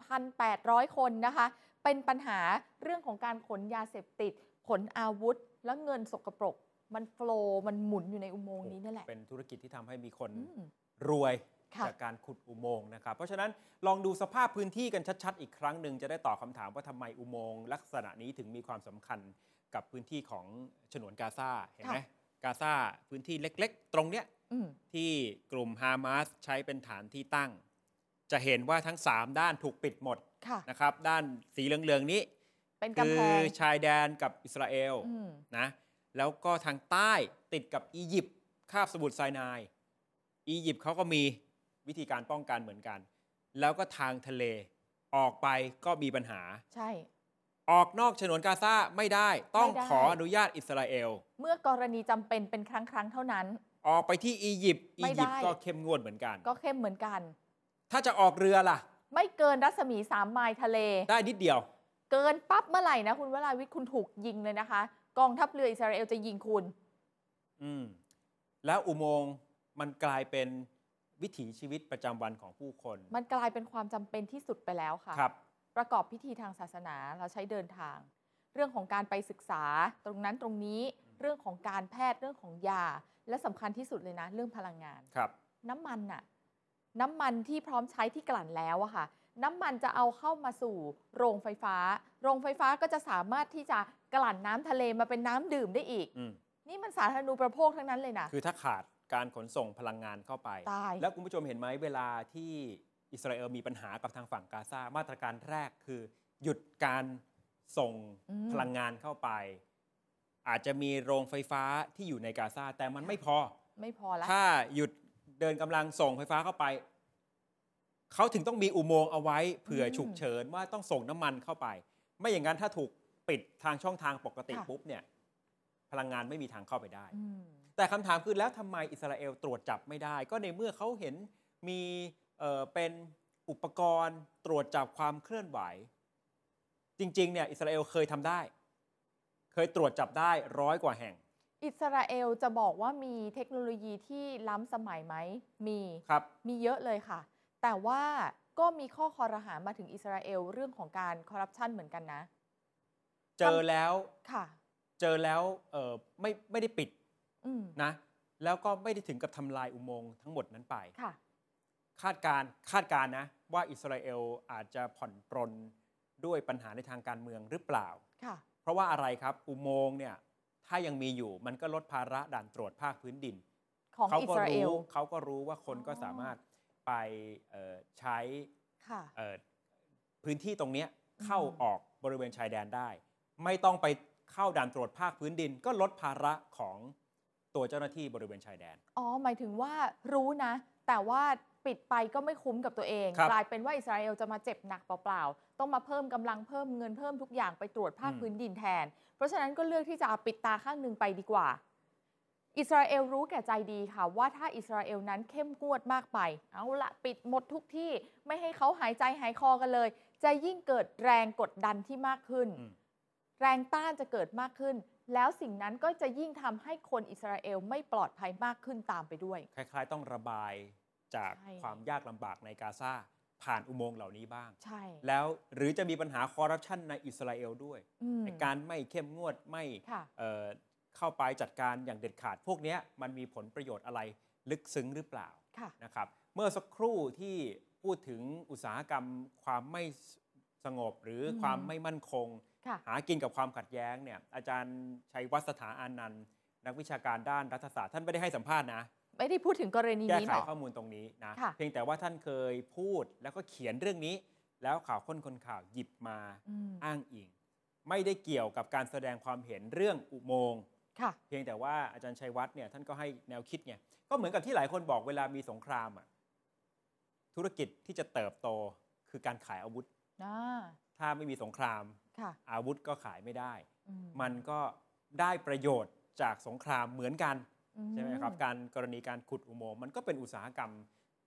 Speaker 3: 1,800 คนนะคะ เป็นปัญหาเรื่องของการขนยาเสพติด ขนอาวุธ และเงินสกปรก มันโฟลว์มันหมุนอยู่ในอุโมงค์นี้นี่แหละ
Speaker 2: เป็นธุรกิจที่ทำให้มีคน
Speaker 3: อืม
Speaker 2: รวย
Speaker 3: ค่ะ
Speaker 2: จากการขุดอุโมงค์นะครับ เพราะฉะนั้นลองดูสภาพพื้นที่กันชัดๆ อีกครั้งหนึ่งจะได้ตอบคำถามว่าทำไมอุโมงค์ลักษณะนี้ถึงมีความสำคัญกับพื้นที่ของฉนวนกาซาเห็นไหม
Speaker 3: ค่ะ
Speaker 2: กาซาพื้นที่เล็กๆ ตรงเนี้ย
Speaker 3: อืม
Speaker 2: ที่กลุ่มฮามาสใช้เป็นฐานที่ตั้ง จะเห็นว่าทั้ง 3 ด้านถูกปิดหมด
Speaker 3: ค่ะ
Speaker 2: นะครับ ด้านสีเหลืองๆนี้
Speaker 3: เป็น
Speaker 2: คื
Speaker 3: กำแพ
Speaker 2: อง ชายแดนกับอิสราเอล
Speaker 3: ม
Speaker 2: นะแล้วก็ทางใต้ติดกับอียิปต์คาบสมุทรไซนาย อียิปต์เขาก็มีวิธีการป้องกันเหมือนกัน แล้วก็ทางทะเลออกไปก็มีปัญหา
Speaker 3: ใช่
Speaker 2: ออกนอกฉนวนกาซาไม่ได้ต้อง
Speaker 3: ไม่ได้
Speaker 2: ขออนุญาตอิสราเอล
Speaker 3: เมื่อกรณีจำเป็นเป็นครั้งครั้งๆเท่านั้น
Speaker 2: ออกไปที่อียิปต์
Speaker 3: ไม่
Speaker 2: อี
Speaker 3: ได้
Speaker 2: ยิปต์ก็เข้มงวดเหมือนกัน
Speaker 3: ก็เข้มเหมือนกัน
Speaker 2: ถ้าจะออกเรือล่ะ
Speaker 3: ไม่เกินรัศมี 3 ไมล์ทะเล
Speaker 2: ได้นิดเดียว
Speaker 3: เกินปั๊บเมื่อไหร่นะคุณวราวิทย์คุณถูกยิงเลยนะคะ กองทัพเรืออิสราเอลจะยิงคุณ
Speaker 2: อืมแล้วอุโมงค์มันกลายเป็นวิถีชีวิตประจำวันของผู้คน
Speaker 3: มันกลายเป็นความจำเป็นที่สุดไปแล้วค่ะ
Speaker 2: ครับ
Speaker 3: ประกอบพิธีทางศาสนาเราใช้เดินทาง เรื่องของการไปศึกษาตรงนั้นตรงนี้เรื่องของการแพทย์เรื่องของยา และสำคัญที่สุดเลยนะ เรื่องพลังงาน
Speaker 2: ครับ
Speaker 3: น้ำมันน่ะน้ำมันที่พร้อมใช้ที่กลั่นแล้วอะค่ะ น้ำมันจะเอาเข้ามาสู่โรงไฟฟ้า โรงไฟฟ้าก็จะสามารถที่จะกลั่นน้ำทะเลมาเป็นน้ำดื่มได้อีก
Speaker 2: อืม
Speaker 3: นี่มันสาธารณูปโภคทั้งนั้นเลยนะ
Speaker 2: คือถ้าขาดการขนส่งพลังงานเข้าไป
Speaker 3: ตาย
Speaker 2: แล้วคุณผู้ชมเห็นไหมเวลาที่อิสราเอลมีปัญหากับทางฝั่งกาซามาตรการแรกคือ หยุดการส่ง
Speaker 3: อืม
Speaker 2: พลังงานเข้าไป อาจจะมีโรงไฟฟ้าที่อยู่ในกาซาแต่มันไม่พอ
Speaker 3: ไม่พอละ
Speaker 2: ถ้าหยุดเดินกำลังส่งไฟฟ้าเข้าไป เขาถึงต้องมีอุโมงค์เอาไว้เผื่อ
Speaker 3: อืม
Speaker 2: ฉุกเฉินว่าต้องส่งน้ำมันเข้าไป ไม่อย่างนั้นถ้าถูกปิดทางช่องทางปกติ
Speaker 3: ค่ะ
Speaker 2: ปุ๊บเนี่ยพลังงานไม่มีทางเข้าไปได้
Speaker 3: อืม
Speaker 2: แต่คำถามคือแล้วทำไมอิสราเอลตรวจจับไม่ได้ ก็ในเมื่อเขาเห็นมีเอ่อเป็นอุปกรณ์ตรวจจับความเคลื่อนไหว จริงๆเนี่ยอิสราเอลเคยทำได้ เคยตรวจจับได้ร้อยกว่าแห่ง
Speaker 3: อิสราเอลจะบอกว่ามีเทคโนโลยีที่ล้ำสมัยไหม มี
Speaker 2: ครับ
Speaker 3: มีเยอะเลยค่ะ แต่ว่าก็มีข้อคอรหามาถึงอิสราเอลเรื่องของการคอร์รัปชันเหมือนกันนะ
Speaker 2: เจอแล้ว
Speaker 3: ค่ะ
Speaker 2: เจอแล้วเอ่อไม่ไม่ได้ปิด
Speaker 3: อืม
Speaker 2: นะ แล้วก็ไม่ได้ถึงกับทำลายอุโมงค์ทั้งหมดนั้นไป
Speaker 3: ค่ะ
Speaker 2: คาดการณ์คาดการณ์นะ ว่าอิสราเอลอาจจะผ่อนปรนด้วยปัญหาในทางการเมืองหรือเปล่า
Speaker 3: ค่ะ
Speaker 2: เพราะว่าอะไรครับอุโมงค์เนี่ยถ้ายังมีอยู่มันก็ลดภาระด่านตรวจภาคพื้นดิน
Speaker 3: ของ
Speaker 2: เขา
Speaker 3: อิ
Speaker 2: ก็
Speaker 3: สราเอล
Speaker 2: รู้เขาก็รู้ว่าคนก็
Speaker 3: อ๋อ
Speaker 2: สามารถไปเอ่อใช้
Speaker 3: ค่ะ
Speaker 2: เอ่อพื้นที่ตรงเนี้ยเข้า
Speaker 3: อืม
Speaker 2: ออกบริเวณชายแดนได้ ไม่ต้องไปเข้าด่านตรวจภาคพื้นดิน ก็ลดภาระของตัวเจ้าหน้าที่บริเวณชายแดน
Speaker 3: อ๋อ หมายถึงว่ารู้นะ แต่ว่าปิดไปก็ไม่คุ้มกับตัวเอง
Speaker 2: ครับ
Speaker 3: กลายเป็นว่าอิสราเอลจะมาเจ็บหนักเปล่าๆ ต้องมาเพิ่มกำลังเพิ่มเงินเพิ่มทุกอย่างไปตรวจภาค
Speaker 2: อืม
Speaker 3: พื้นดินแทน เพราะฉะนั้นก็เลือกที่จะปิดตาข้างหนึ่งไปดีกว่า อิสราเอลรู้แก่ใจดีค่ะ ว่าถ้าอิสราเอลนั้นเข้มงวดมากไป เอาละปิดหมดทุกที่ไม่ให้เขาหายใจหายคอกันเลย จะยิ่งเกิดแรงกดดันที่มากขึ้น
Speaker 2: อืม
Speaker 3: แรงต้านจะเกิดมากขึ้น แล้วสิ่งนั้นก็จะยิ่งทำให้คนอิสราเอลไม่ปลอดภัยมากขึ้นตามไปด้วย
Speaker 2: คล้ายๆ ต้องระบายจาก
Speaker 3: ใช่
Speaker 2: ความยากลำบากในกาซาผ่านอุโมงค์เหล่านี้บ้าง
Speaker 3: ใช่
Speaker 2: แล้วหรือจะมีปัญหาคอร์รัปชันในอิสราเอลด้วย
Speaker 3: อืม
Speaker 2: ในการไม่เข้มงวดไม่
Speaker 3: ค่ะ
Speaker 2: เอ่อเข้าไปจัดการอย่างเด็ดขาด พวกเนี้ยมันมีผลประโยชน์อะไรลึกซึ้งหรือเปล่า
Speaker 3: ค่ะ
Speaker 2: นะครับเมื่อสักครู่ที่พูดถึงอุตสาหกรรมความไม่สงบหรืออ
Speaker 3: ม
Speaker 2: ความไม่มั่นคง
Speaker 3: ค่ะ
Speaker 2: หากินกับความขัดแย้งเนี่ยอาจารย์ชัยวัฒน์สถาอานันท์นักวิชาการด้านรัฐศาสตร์ท่านไม่ได้ให้สัมภาษณ์นะ
Speaker 3: ไม่ได้พูดถึงกรณี
Speaker 2: แก้
Speaker 3: นี้
Speaker 2: ไข
Speaker 3: หรอก
Speaker 2: ข้อมูลตรงนี้นะ
Speaker 3: ค่ะ
Speaker 2: เพียงแต่ว่าท่านเคยพูดแล้วก็เขียนเรื่องนี้ แล้วข่าวค้นคนข่าวหยิบมา
Speaker 3: อืม
Speaker 2: อ้างอิง ไม่ได้เกี่ยวกับการแสดงความเห็นเรื่องอุโมงค์
Speaker 3: ค่ะ
Speaker 2: เพียงแต่ว่าอาจารย์ชัยวัฒน์เนี่ยท่านก็ให้แนวคิดไงก็เหมือนกับที่หลายคนบอกเวลามีสงครามอะธุรกิจที่จะเติบโตคือการขายอาวุธ
Speaker 3: อ่า
Speaker 2: ถ้าไม่มีสงคราม
Speaker 3: ค่ะ
Speaker 2: อาวุธก็ขายไม่ได้
Speaker 3: อื
Speaker 2: มันก็ได้ประโยชน์จากสงครามเหมือนกัน
Speaker 3: อื
Speaker 2: ใช่ไหมครับการกรณีการขุดอุโมงค์มันก็เป็นอุตสาหกรรม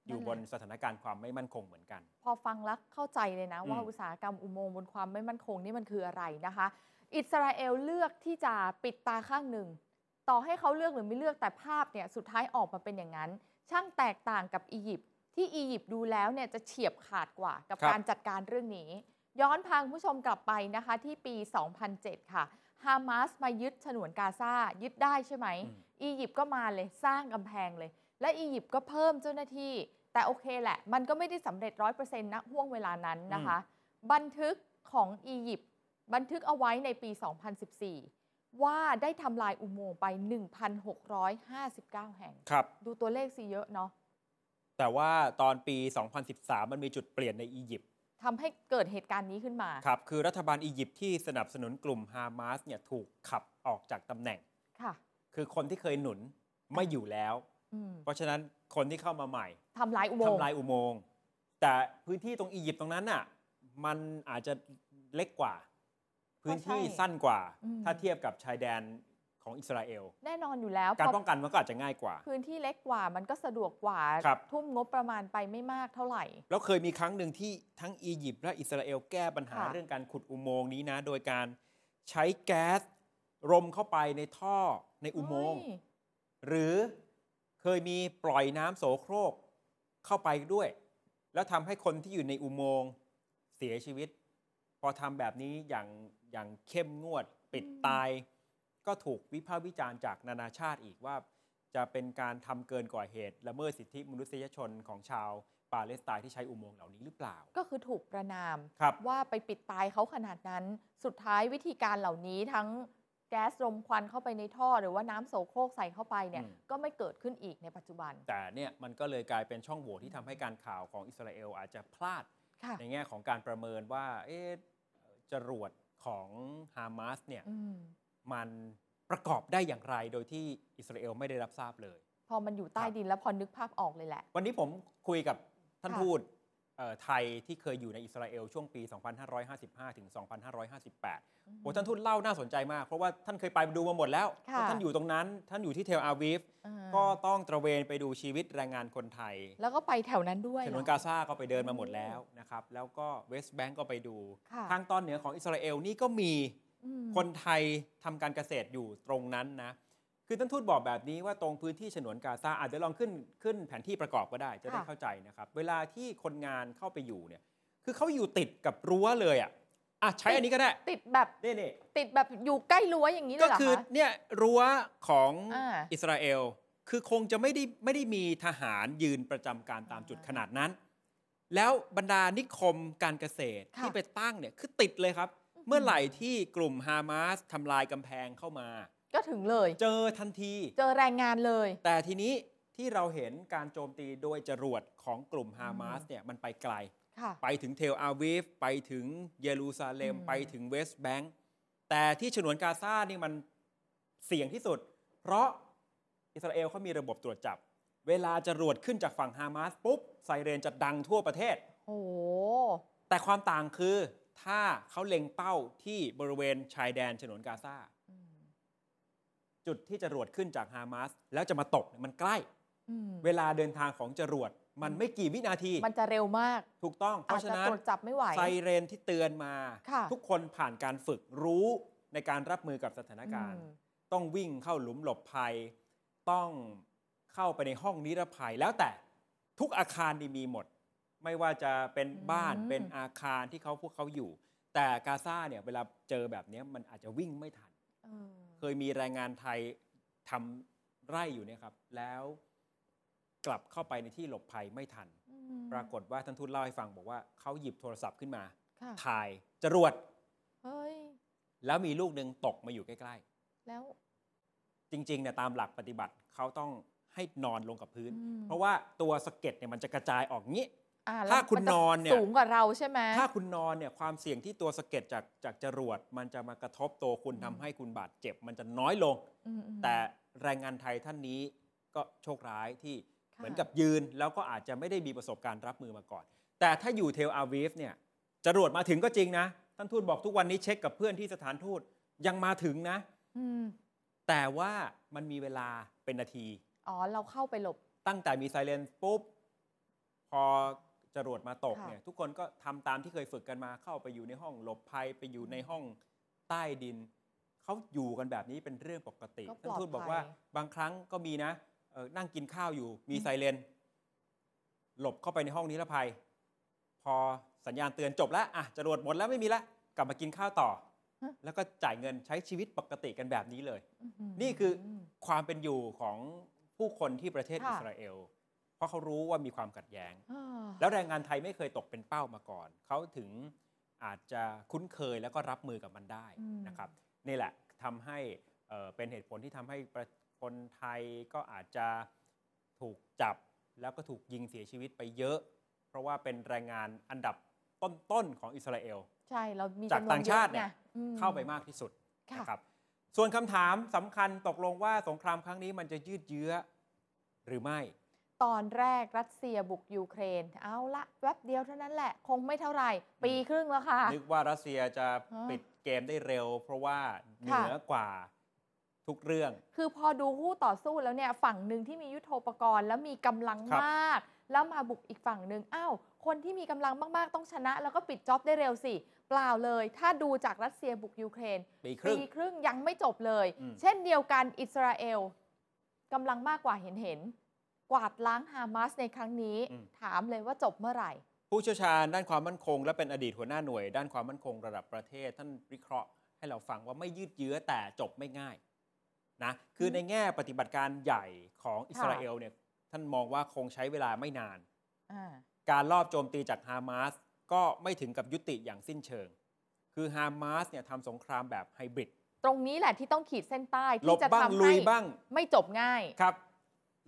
Speaker 2: อยู่
Speaker 3: นั่นแห
Speaker 2: บ
Speaker 3: ละ
Speaker 2: นสถานการณ์ความไม่มั่นคงเหมือนกัน
Speaker 3: พอฟังแล้วเข้าใจเลยนะ
Speaker 2: อืม
Speaker 3: ว่าอุตสาหกรรมอุโมงค์บนความไม่มั่นคงนี่มันคืออะไรนะคะ อิสราเอลเลือกที่จะปิดตาข้างหนึ่ง ต่อให้เขาเลือกหรือไม่เลือกแต่ภาพเนี่ยสุดท้ายออกมาเป็นอย่างนั้น ช่างแตกต่างกับอียิปต์ที่อียิปต์ดูแล้วเนี่ยจะเฉียบขาดกว่ากับ
Speaker 2: ครับ
Speaker 3: การจัดการเรื่องนี้ ย้อนพาคุณผู้ชมกลับไปนะคะที่ปี 2007 ค่ะฮามาสมายึดฉนวนกาซายึดได้ใช่ไหม อียิปต์ก็มาเลยสร้างกำแพงเลย และอียิปต์ก็เพิ่มเจ้าหน้าที่ แต่โอเคแหละ มันก็ไม่ได้สำเร็จร้อยเปอร์เซ็นต์นะห่วงเวลานั้นนะคะ บันทึกของอียิปต์บันทึกเอาไว้ในปี 2014 ว่าได้ทำลายอุโมงค์ไป 1,659 แห่ง
Speaker 2: ครับ
Speaker 3: ดูตัวเลขสิเยอะเนาะ
Speaker 2: แต่ว่าตอนปี 2013 มันมีจุดเปลี่ยนในอียิปต์
Speaker 3: ทำให้เกิดเหตุการณ์นี้ขึ้นมา
Speaker 2: ครับคือรัฐบาลอียิปต์ที่สนับสนุนกลุ่มฮามาสเนี่ยถูกขับออกจากตำแหน่ง
Speaker 3: ค่ะ
Speaker 2: คือคนที่เคยหนุนไม่อยู่แล้ว
Speaker 3: อืม
Speaker 2: เพราะฉะนั้นคนที่เข้ามาใหม่
Speaker 3: ทำลายอุโมงค์
Speaker 2: ทำลายอุโมงค์แต่พื้นที่ตรงอียิปต์ตรงนั้นน่ะมันอาจจะเล็กกว่า พื้นที่สั้นกว่า ถ้าเทียบกับชายแดน ของอิสราเอล
Speaker 3: แน่นอนอยู่แล้ว
Speaker 2: การ
Speaker 3: พอ
Speaker 2: ป้องกันมันก็อาจจะง่ายกว่า
Speaker 3: พื้นที่เล็กกว่ามันก็สะดวกกว่า
Speaker 2: ครับ
Speaker 3: ทุ่มงบประมาณไปไม่มากเท่าไหร่
Speaker 2: แล้วเคยมีครั้งหนึ่งที่ทั้งอียิปต์และอิสราเอลแก้ปัญหา
Speaker 3: ค่ะ
Speaker 2: เรื่องการขุดอุโมงค์นี้นะ โดยการใช้แก๊สรมเข้าไปในท่อในอุโมงค์
Speaker 3: เฮ้ย
Speaker 2: หรือเคยมีปล่อยน้ำโสโครกเข้าไปด้วย แล้วทำให้คนที่อยู่ในอุโมงค์เสียชีวิต พอทำแบบนี้อย่างอย่างเข้มงวดปิดตาย ก็ถูกวิพากษ์วิจารณ์จากนานาชาติอีกว่า จะเป็นการทำเกินกว่าเหตุละเมิดสิทธิมนุษยชนของชาวปาเลสไตน์ที่ใช้อุโมงค์เหล่านี้หรือเปล่า
Speaker 3: ก็คือถูกประนาม
Speaker 2: ครับ
Speaker 3: ว่าไปปิดตายเขาขนาดนั้น สุดท้ายวิธีการเหล่านี้ทั้งแก๊สลมควันเข้าไปในท่อ หรือว่าน้ำโสโครกใส่เข้าไปเนี่ย
Speaker 2: อืม
Speaker 3: ก็ไม่เกิดขึ้นอีกในปัจจุบัน
Speaker 2: แต่เนี่ยมันก็เลยกลายเป็นช่องโหว่ที่ทำให้การข่าวของอิสราเอลอาจจะพลาด
Speaker 3: ค่ะ
Speaker 2: ในแง่ของการประเมินว่าเอ๊ะจรวดของฮามาสเนี่ย
Speaker 3: อืม
Speaker 2: มันประกอบได้อย่างไรโดยที่อิสราเอลไม่ได้รับทราบเลย
Speaker 3: พอมันอยู่ใต้
Speaker 2: ครับ
Speaker 3: ดินแล้วพอนึกภาพออกเลยแหละ
Speaker 2: วันนี้ผมคุยกับท่าน
Speaker 3: ค่ะ
Speaker 2: ทูตเอ่อไทยที่เคยอยู่ในอิสราเอลช่วงปี 2555 ถึง 2558
Speaker 3: อืม
Speaker 2: โอ้ท่านทูตเล่าน่าสนใจมาก เพราะว่าท่านเคยไปดูมาหมดแล้ว
Speaker 3: ค่ะ
Speaker 2: แล้วท่านอยู่ตรงนั้น ท่านอยู่ที่เทลอาวีฟ
Speaker 3: อ่า
Speaker 2: ก็ต้องตระเวนไปดูชีวิตแรงงานคนไทย
Speaker 3: แล้วก็ไปแถวนั้นด้วย
Speaker 2: ถ
Speaker 3: เห
Speaker 2: น
Speaker 3: รอ
Speaker 2: นกาซาก็ไปเดินมาหมดแล้วนะครับ แล้วก็เวสต์แบงก์ก็ไปดู
Speaker 3: ค่ะ
Speaker 2: ทางตอนเหนือของอิสราเอลนี่ก็มี
Speaker 3: อืม
Speaker 2: คนไทยทำการเกษตรอยู่ตรงนั้นนะ คือท่านทูตบอกแบบนี้ว่าตรงพื้นที่ฉนวนกาซาอาจจะเดี๋ยวลองขึ้นขึ้นแผนที่ประกอบก็ได้จะได้เข้าใจนะครับ เวลาที่คนงานเข้าไปอยู่เนี่ย คือเขาอยู่ติดกับรั้วเลยอ่ะอ่ะใช้อันนี้ก็ได้
Speaker 3: ติดแบบ
Speaker 2: นี่นี่
Speaker 3: ติดแบบอยู่ใกล้รั้วอย่างนี้เล
Speaker 2: ก็
Speaker 3: ยเหรอ
Speaker 2: คือ
Speaker 3: คะ
Speaker 2: เนี่ยรั้วของ
Speaker 3: อ่า
Speaker 2: อิสราเอลคือคงจะไม่ได้ไม่ได้มีทหารยืนประจำการตามจุดขนาดนั้น แล้วบรรดานิคมการเกษตร
Speaker 3: ค่ะ
Speaker 2: ที่ไปตั้งเนี่ยคือติดเลยครับ เมื่อไหร่ที่กลุ่มฮามาสทำลายกำแพงเข้ามา
Speaker 3: ก็ถึงเลย
Speaker 2: เจอทันที
Speaker 3: เจอแรงงานเลย
Speaker 2: แต่ทีนี้ที่เราเห็นการโจมตีโดยจรวดของกลุ่มฮามาสเนี่ยมันไปไกล
Speaker 3: ค่ะ
Speaker 2: ไปถึงเทลอาวีฟไปถึงเยรูซาเล็ม
Speaker 3: อืม
Speaker 2: ไปถึงเวสต์แบงก์แต่ที่ฉนวนกาซานี่มันเสี่ยงที่สุด เพราะอิสราเอลเขามีระบบตรวจจับ เวลาจรวดขึ้นจากฝั่งฮามาสปุ๊บไซเรนจะดังทั่วประเทศ
Speaker 3: โอ้โห
Speaker 2: แต่ความต่างคือถ้าเขาเล็งเป้าที่บริเวณชายแดนฉนวนกาซา
Speaker 3: อืม
Speaker 2: จุดที่จรวดขึ้นจากฮามาสแล้วจะมาตกเนี่ยมันใกล้
Speaker 3: อืม
Speaker 2: เวลาเดินทางของจรวดมันไม่กี่วินาที
Speaker 3: มันจะเร็วมาก
Speaker 2: ถูกต้อง เพ
Speaker 3: อาจ
Speaker 2: ราะฉะ
Speaker 3: จะ
Speaker 2: นั้น
Speaker 3: ตรวจจับไม่ไหว
Speaker 2: ไซเรนที่เตือนมา
Speaker 3: ค่ะ
Speaker 2: ทุกคนผ่านการฝึกรู้ในการรับมือกับสถานการณ์
Speaker 3: อืม
Speaker 2: ต้องวิ่งเข้าหลุมหลบภัย ต้องเข้าไปในห้องนิรภัย แล้วแต่ทุกอาคารนี่มีหมด ไม่ว่าจะเป็นบ้าน
Speaker 3: อืม
Speaker 2: เป็นอาคารที่เขาพวกเขาอยู่ แต่กาซาเนี่ยเวลาเจอแบบเนี้ยมันอาจจะวิ่งไม่ทัน
Speaker 3: เออ
Speaker 2: เคยมีแรงงานไทยทำไร่อยู่เนี่ยครับ แล้วกลับเข้าไปในที่หลบภัยไม่ทัน
Speaker 3: อืม
Speaker 2: ปรากฏว่าท่านทูตเล่าให้ฟังบอกว่าเขาหยิบโทรศัพท์ขึ้นมา
Speaker 3: ค่ะ
Speaker 2: ถ่ายจรวด
Speaker 3: เฮ้ย
Speaker 2: แล้วมีลูกหนึ่งตกมาอยู่ใกล้ ๆ
Speaker 3: แล้ว
Speaker 2: จริงๆเนี่ยตามหลักปฏิบัติเขาต้องให้นอนลงกับพื้น
Speaker 3: อืม
Speaker 2: เพราะว่าตัวสะเก็ดเนี่ยมันจะกระจายออกงี้
Speaker 3: อ่
Speaker 2: ถ้าคุณ
Speaker 3: แล้วมัจะ
Speaker 2: นอนเนี่ย
Speaker 3: สูงกว่าเราใช่ไหม
Speaker 2: ถ้าคุณนอนเนี่ยความเสี่ยงที่ตัวสะเก็ดจากจากจรวด มันจะมากระทบตัวคุณ
Speaker 3: อืม
Speaker 2: ทำให้คุณบาดเจ็บ มันจะน้อยลง
Speaker 3: อืมอืม
Speaker 2: แต่แรงงานไทยท่านนี้ก็โชคร้ายที่
Speaker 3: ค่ะ
Speaker 2: เหมือนกับยืน แล้วก็อาจจะไม่ได้มีประสบการณ์รับมือมาก่อน แต่ถ้าอยู่เทลอาวีฟเนี่ยจรวดมาถึงก็จริงนะ ท่านทูตบอกทุกวันนี้เช็คกับเพื่อนที่สถานทูตยังมาถึงนะ
Speaker 3: อืม
Speaker 2: แต่ว่ามันมีเวลาเป็นนาที
Speaker 3: อ๋อ เราเข้าไปหลบ
Speaker 2: ตั้งแต่มีไซเรนปุ๊บ พอจรวดมาตก
Speaker 3: ค่ะ
Speaker 2: เนี่ยทุกคนก็ทำตามที่เคยฝึกกันมาเข้าไปอยู่ในห้องหลบภัยไปอยู่ในห้องใต้ดิน เขาอยู่กันแบบนี้เป็นเรื่องปกติ
Speaker 3: ก็ปลอดภัย
Speaker 2: ท่านทูตบอกว่าบางครั้งก็มีนะเอ่อนั่งกินข้าวอยู่ มี
Speaker 3: อืม
Speaker 2: ไซเรนหลบเข้าไปในห้องนิรภัย พอสัญญาณเตือนจบแล้วอ่ะจรวดหมดแล้วไม่มีแล้วกลับมากินข้าวต่อ แล้วก็จ่ายเงินใช้ชีวิตปกติกันแบบนี้เลย
Speaker 3: อื้อหื
Speaker 2: นี่คือ ความเป็นอยู่ของผู้คนที่ประเทศ
Speaker 3: ค่ะ
Speaker 2: อิสราเอล เพราะเขารู้ว่ามีความขัดแย้ง
Speaker 3: อ่า
Speaker 2: แล้วแรงงานไทยไม่เคยตกเป็นเป้ามาก่อน เขาถึงอาจจะคุ้นเคยแล้วก็รับมือกับมันได้นะครับ นี่แหละทำให้เอ่อเป็นเหตุผลที่ทำให้ประคนไทยก็อาจจะถูกจับแล้วก็ถูกยิงเสียชีวิตไปเยอะ เพราะว่าเป็นแรงงานอันดับต้นๆของอิสราเอล
Speaker 3: ใช่ เรามี
Speaker 2: จาก
Speaker 3: จำว
Speaker 2: ต่างชาติเนี่ย
Speaker 3: อะไงอื
Speaker 2: เข้าไปมากที่สุด
Speaker 3: ค่ะ
Speaker 2: นะครับส่วนคำถามสำคัญตกลงว่าสงครามครั้งนี้มันจะยืดเยื้อหรือไม่
Speaker 3: ตอนแรกรัสเซียบุกยูเครน เอาละแวบเดียวเท่านั้นแหละ คงไม่เท่าไหร่ ปีครึ่งแล้วค่ะ
Speaker 2: นึกว่ารัสเซียจะ
Speaker 3: อ๋อ
Speaker 2: ปิดเกมได้เร็ว เพราะว่าเห
Speaker 3: ค่ะ
Speaker 2: นือกว่า ทุกเรื่อง
Speaker 3: คือพอดูคู่ต่อสู้แล้วเนี่ยฝั่งหนึ่งที่มียุทโธปกรณ์ แล้วมีกำลัง
Speaker 2: ครับ
Speaker 3: มาก แล้วมาบุกอีกฝั่งหนึ่งอ้าวคนที่มีกำลังมาก ๆ ต้องชนะ แล้วก็ปิดจ็อบได้เร็วสิ เปล่าเลย ถ้าดูจากรัสเซียบุกยูเครน
Speaker 2: ปีค
Speaker 3: ปี
Speaker 2: รึ่ง
Speaker 3: ครึ่งยังไม่จบเลย
Speaker 2: อืม
Speaker 3: เช่นเดียวกันอิสราเอลกำลังมากกว่าเห็นเห็นๆกวาดล้างฮามาสในครั้งนี้ ถามเลยว่าจบเมื่อไหร่
Speaker 2: ผู้เชี่ยวชาญด้านความมั่นคง และเป็นอดีตหัวหน้าหน่วย ด้านความมั่นคงระดับประเทศ ท่านวิเคราะห์ให้เราฟังว่าไม่ยืดเยื้อแต่จบไม่ง่ายนะคือในแง่ปฏิบัติการใหญ่ของอิสราเอลเนี่ยท่านมองว่าคงใช้เวลาไม่นาน
Speaker 3: อ่า
Speaker 2: การลอบโจมตีจากฮามาสก็ไม่ถึงกับยุติอย่างสิ้นเชิง คือฮามาสเนี่ยทำสงครามแบบไฮบริด
Speaker 3: ตรงนี้แหละที่ต้องขีดเส้นใต้
Speaker 2: หล
Speaker 3: ที่
Speaker 2: บ
Speaker 3: จะ
Speaker 2: บ้าง
Speaker 3: ทำ
Speaker 2: ลุ
Speaker 3: ให้
Speaker 2: ยบ้าง
Speaker 3: ไม่จบง่าย
Speaker 2: ครับ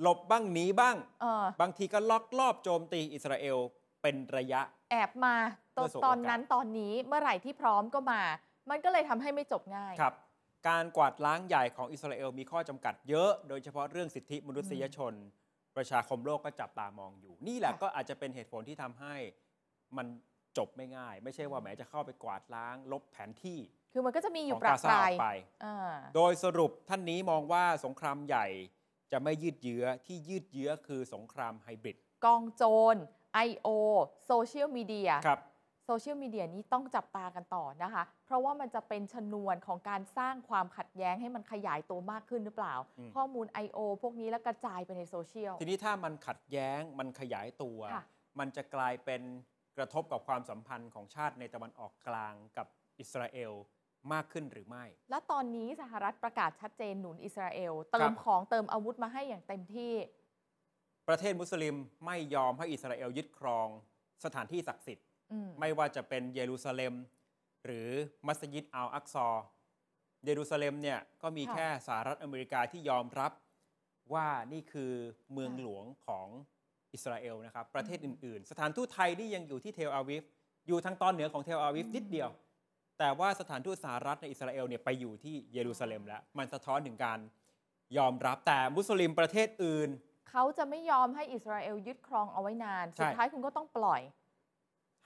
Speaker 2: หลบบ้างหนีบ้าง
Speaker 3: เออบ
Speaker 2: างทีก็ล็อกลอบโจมตีอิสราเอลเป็นระยะ
Speaker 3: แอบมาต
Speaker 2: เมื่
Speaker 3: อน
Speaker 2: อสบโอกาส
Speaker 3: ตอนนั้นตอนนี้เมื่อไหร่ที่พร้อมก็มา มันก็เลยทำให้ไม่จบง่าย
Speaker 2: ครับ การกวาดล้างใหญ่ของอิสราเอลมีข้อจำกัดเยอะ โดยเฉพาะเรื่องสิทธิมนุษยชน ประชาคมโลกก็จับตามองอยู่ นี่แหละ
Speaker 3: ค่ะ
Speaker 2: ก็อาจจะเป็นเหตุผลที่ทำให้มันจบไม่ง่าย ไม่ใช่ว่า
Speaker 3: อืม
Speaker 2: แหมจะเข้าไปกวาดล้าง ลบแผนที่
Speaker 3: คือมันก็จะมีอ
Speaker 2: ข
Speaker 3: ยู่
Speaker 2: อง
Speaker 3: ประ
Speaker 2: กาซา
Speaker 3: ปรา
Speaker 2: อย อกไป
Speaker 3: อ่า
Speaker 2: โดยสรุปท่านนี้มองว่าสงครามใหญ่จะไม่ยืดเยื้อที่ยืดเยื้อคือสงครามไฮบริด
Speaker 3: กองโจร I.O. โซเชียลมีเดีย
Speaker 2: ครับ
Speaker 3: โซเชียลมีเดียนี้ต้องจับตากันต่อนะคะ เพราะว่ามันจะเป็นชนวนของการสร้างความขัดแย้งให้มันขยายตัวมากขึ้นหรือเปล่า
Speaker 2: อืม
Speaker 3: ข้อมูล I.O. พวกนี้แล้วกระจายไปในโซเชียล
Speaker 2: ทีนี้ถ้ามันขัดแย้งมันขยายตัว
Speaker 3: ค่ะ
Speaker 2: มันจะกลายเป็นกระทบกับความสัมพันธ์ของชาติในตะวันออกกลางกับอิสราเอลมากขึ้นหรือไม่
Speaker 3: แล้วตอนนี้สหรัฐประกาศชัดเจนหนุนอิสราเอล เติ
Speaker 2: ครั
Speaker 3: ม
Speaker 2: บ
Speaker 3: ของเติมอาวุธมาให้อย่างเต็มที่
Speaker 2: ประเทศมุสลิมไม่ยอมให้อิสราเอลยึดครองสถานที่ศักดิ์สิทธิ์
Speaker 3: อืม
Speaker 2: ไม่ว่าจะเป็นเยรูซาเล็ม หรือมัสยิดอัลอักซอร์เยรูซาเล็มเนี่ยก็มีแค่สหรัฐอเมริกาที่ยอมรับว่านี่คือเมืองหลวงของอิสราเอลนะครับประเทศอื่น ๆ สถานทูตไทยนี่ยังอยู่ที่เทลอาวิฟอยู่ทางตอนเหนือของเทลอาวิฟนิดเดียว แต่ว่าสถานทูตสหรัฐในอิสราเอลเนี่ยไปอยู่ที่เยรูซาเล็มแล้ว มันสะท้อนถึงการยอมรับแต่มุสลิมประเทศอื่น
Speaker 3: เขาจะไม่ยอมให้อิสราเอลยึดครองเอาไว้นาน
Speaker 2: ใช่
Speaker 3: สุดท้ายคุณก็ต้องปล่อย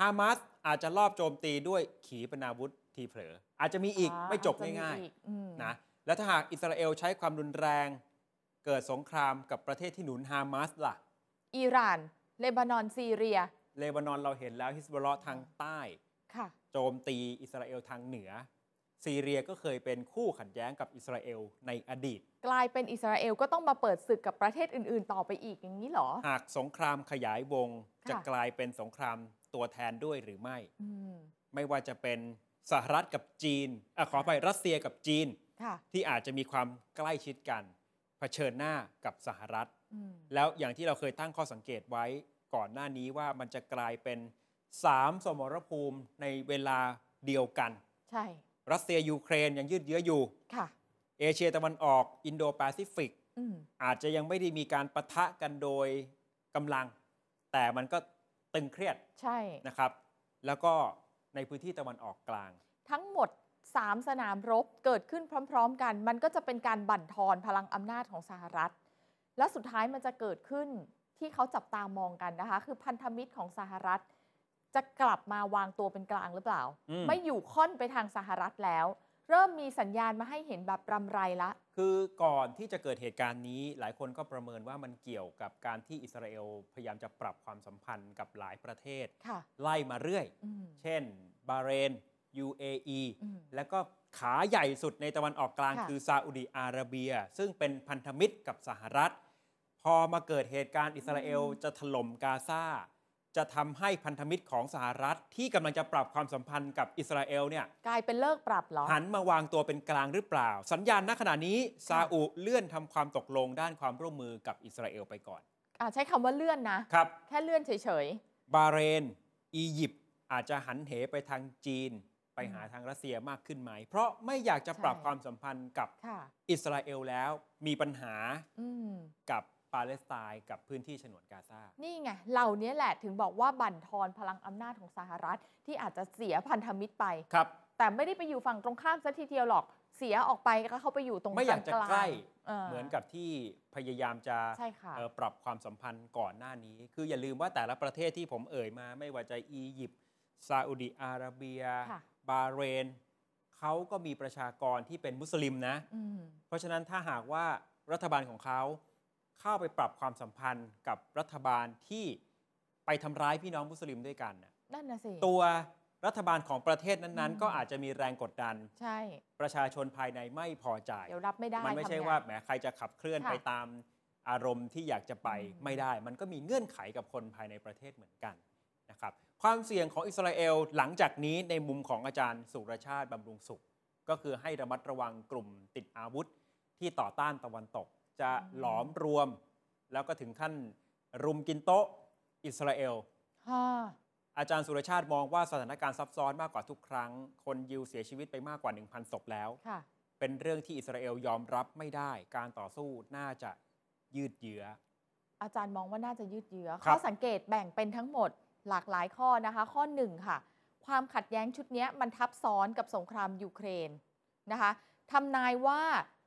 Speaker 2: ฮามาสอาจจะลอบโจมตีด้วยขีปนาวุธทีเผลอ อาจจะมีอีกไม่จบง่าย ๆ
Speaker 3: ๆ
Speaker 2: นะแล้วถ้าหากอิสราเอลใช้ความรุนแรง เกิดสงครามกับประเทศที่หนุนฮามาสล่ะ
Speaker 3: อิหร่าน เลบานอน ซีเรีย
Speaker 2: เลบานอนเราเห็นแล้วฮิสบอลลอห์ทางใต้
Speaker 3: ค่ะ
Speaker 2: โจมตีอิสราเอลทางเหนือ ซีเรียก็เคยเป็นคู่ขัดแย้งกับอิสราเอลในอดีต
Speaker 3: กลายเป็นอิสราเอลก็ต้องมาเปิดศึกกับประเทศอื่น ๆ ต่อไปอีกอย่างนี้เหรอ
Speaker 2: หากสงครามขยายวง
Speaker 3: ค่ะ
Speaker 2: จะกลายเป็นสงครามตัวแทนด้วยหรือไม่
Speaker 3: อืม
Speaker 2: ไม่ว่าจะเป็นสหรัฐกับจีนอะขอไปรัสเซียกับจีน
Speaker 3: ค่ะ
Speaker 2: ที่อาจจะมีความใกล้ชิดกัน เผชิญหน้ากับสหรัฐ
Speaker 3: อืม
Speaker 2: แล้วอย่างที่เราเคยตั้งข้อสังเกตไว้ก่อนหน้านี้ว่ามันจะกลายเป็น 3 สมรภูมิในเวลาเดียวกัน
Speaker 3: ใช่
Speaker 2: รัสเซียยูเครนยังยืดเยื้ออยู่
Speaker 3: ค่ะ
Speaker 2: เอเชียตะวันออกอินโดแปซิฟิก
Speaker 3: อืม
Speaker 2: อาจจะยังไม่ได้มีการปะทะกันโดยกำลัง แต่มันก็ตึงเครียด
Speaker 3: ใช่
Speaker 2: นะครับ แล้วก็ในพื้นที่ตะวันออกกลาง
Speaker 3: ทั้งหมด 3 สนามรบเกิดขึ้นพร้อม ๆ กัน มันก็จะเป็นการบั่นทอนพลังอำนาจของสหรัฐ และสุดท้ายมันจะเกิดขึ้นที่เขาจับตามองกันนะคะ คือพันธมิตรของสหรัฐ จะกลับมาวางตัวเป็นกลางหรือเปล่า
Speaker 2: อืม
Speaker 3: ไม่อยู่ค่อนไปทางสหรัฐแล้ว เริ่มมีสัญญาณมาให้เห็นแบบรำไรละ
Speaker 2: คือก่อนที่จะเกิดเหตุการณ์นี้ หลายคนก็ประเมินว่ามันเกี่ยวกับการที่อิสราเอลพยายามจะปรับความสัมพันธ์กับหลายประเทศ
Speaker 3: ค่ะ
Speaker 2: ไล่มาเรื่อย
Speaker 3: อืม
Speaker 2: เช่น บาเรน UAE
Speaker 3: อืม
Speaker 2: แล้วก็ขาใหญ่สุดในตะวันออกกลาง
Speaker 3: ค่ะ
Speaker 2: คือซาอุดีอาระเบีย ซึ่งเป็นพันธมิตรกับสหรัฐ พอมาเกิดเหตุการณ์อิสราเอลจะถล่มกาซาจะทำให้พันธมิตรของสหรัฐ ที่กำลังจะปรับความสัมพันธ์กับอิสราเอลเนี่ย
Speaker 3: กลายเป็นเลิกปรับเหรอ
Speaker 2: หันมาวางตัวเป็นกลางหรือเปล่า สัญญาณณขณะนี้ซาอุเลื่อนทำความตกลงด้านความร่วมมือกับอิสราเอลไปก่อน
Speaker 3: อ่ะใช้คำว่าเลื่อนนะ
Speaker 2: ครับ
Speaker 3: แค่เลื่อนเฉย
Speaker 2: บาเรน อียิปต์อาจจะหันเหไปทางจีน ไปหาทางรัสเซียมากขึ้นไหม เพราะไม่อยากจะปรับ
Speaker 3: ใช่
Speaker 2: ความสัมพันธ์กับ
Speaker 3: ๆ ค่ะ
Speaker 2: อิสราเอลแล้ว มีปัญหา
Speaker 3: อืม
Speaker 2: กับปาเลสไตน์กับพื้นที่ฉนวนกาซา
Speaker 3: นี่ไง เหล่านี้แหละถึงบอกว่าบั่นทอนพลังอำนาจของสหรัฐ ที่อาจจะเสียพันธมิตรไป
Speaker 2: ครับ
Speaker 3: แต่ไม่ได้ไปอยู่ฝั่งตรงข้ามซะทีเดียวหรอก เสียออกไปก็เขาไปอยู่ตรง
Speaker 2: ไม่อยากจะ
Speaker 3: กลาง
Speaker 2: ใกล้
Speaker 3: เออ
Speaker 2: เหมือนกับที่พยายามจะ
Speaker 3: ใช่ค่ะ
Speaker 2: เอ่อปรับความสัมพันธ์ก่อนหน้านี้ คืออย่าลืมว่าแต่ละประเทศที่ผมเอ่ยมา ไม่ว่าจะอียิปต์ซาอุดิอาระเบีย
Speaker 3: ค่ะ
Speaker 2: บาเรน เขาก็มีประชากรที่เป็นมุสลิมนะ
Speaker 3: อืม
Speaker 2: เพราะฉะนั้นถ้าหากว่ารัฐบาลของเขาเข้าไปปรับความสัมพันธ์กับรัฐบาลที่ไปทำร้ายพี่น้องมุสลิมด้วยกันน่ะ
Speaker 3: นั่นน่ะสิ
Speaker 2: ตัวรัฐบาลของประเทศนั้น
Speaker 3: อืม
Speaker 2: ๆ ก็อาจจะมีแรงกดดัน
Speaker 3: ใช่
Speaker 2: ประชาชนภายในไม่พอใจ
Speaker 3: เดี๋ยวรับไม่ได้
Speaker 2: มันไม่ใช่
Speaker 3: ทำง
Speaker 2: ว่าแหมใครจะขับเคลื่อน
Speaker 3: ค่ะ
Speaker 2: ไปตามอารมณ์ที่อยากจะไป
Speaker 3: อืม
Speaker 2: ไม่ได้ มันก็มีเงื่อนไขกับคนภายในประเทศเหมือนกันนะครับ ความเสี่ยงของอิสราเอลหลังจากนี้ในมุมของอาจารย์สุรชาติบำรุงสุข ก็คือให้ระมัดระวังกลุ่มติดอาวุธที่ต่อต้านตะวันตก จะหลอมรวม แล้วก็ถึงขั้นรุมกินโต๊ะอิสราเอล
Speaker 3: ฮ่า
Speaker 2: อาจารย์สุรชาติมองว่าสถานการณ์ซับซ้อนมากกว่าทุกครั้ง คนยิวเสียชีวิตไปมากกว่า 1,000ศพแล้ว
Speaker 3: ค่ะ
Speaker 2: เป็นเรื่องที่อิสราเอลยอมรับไม่ได้ การต่อสู้น่าจะยืดเยื้อ
Speaker 3: อาจารย์มองว่าน่าจะยืดเยื้อ
Speaker 2: ครับ
Speaker 3: ข้อสังเกตแบ่งเป็นทั้งหมดหลากหลายข้อนะคะ ข้อหนึ่งค่ะ ความขัดแย้งชุดเนี้ยมันทับซ้อนกับสงครามยูเครนนะคะทำนายว่า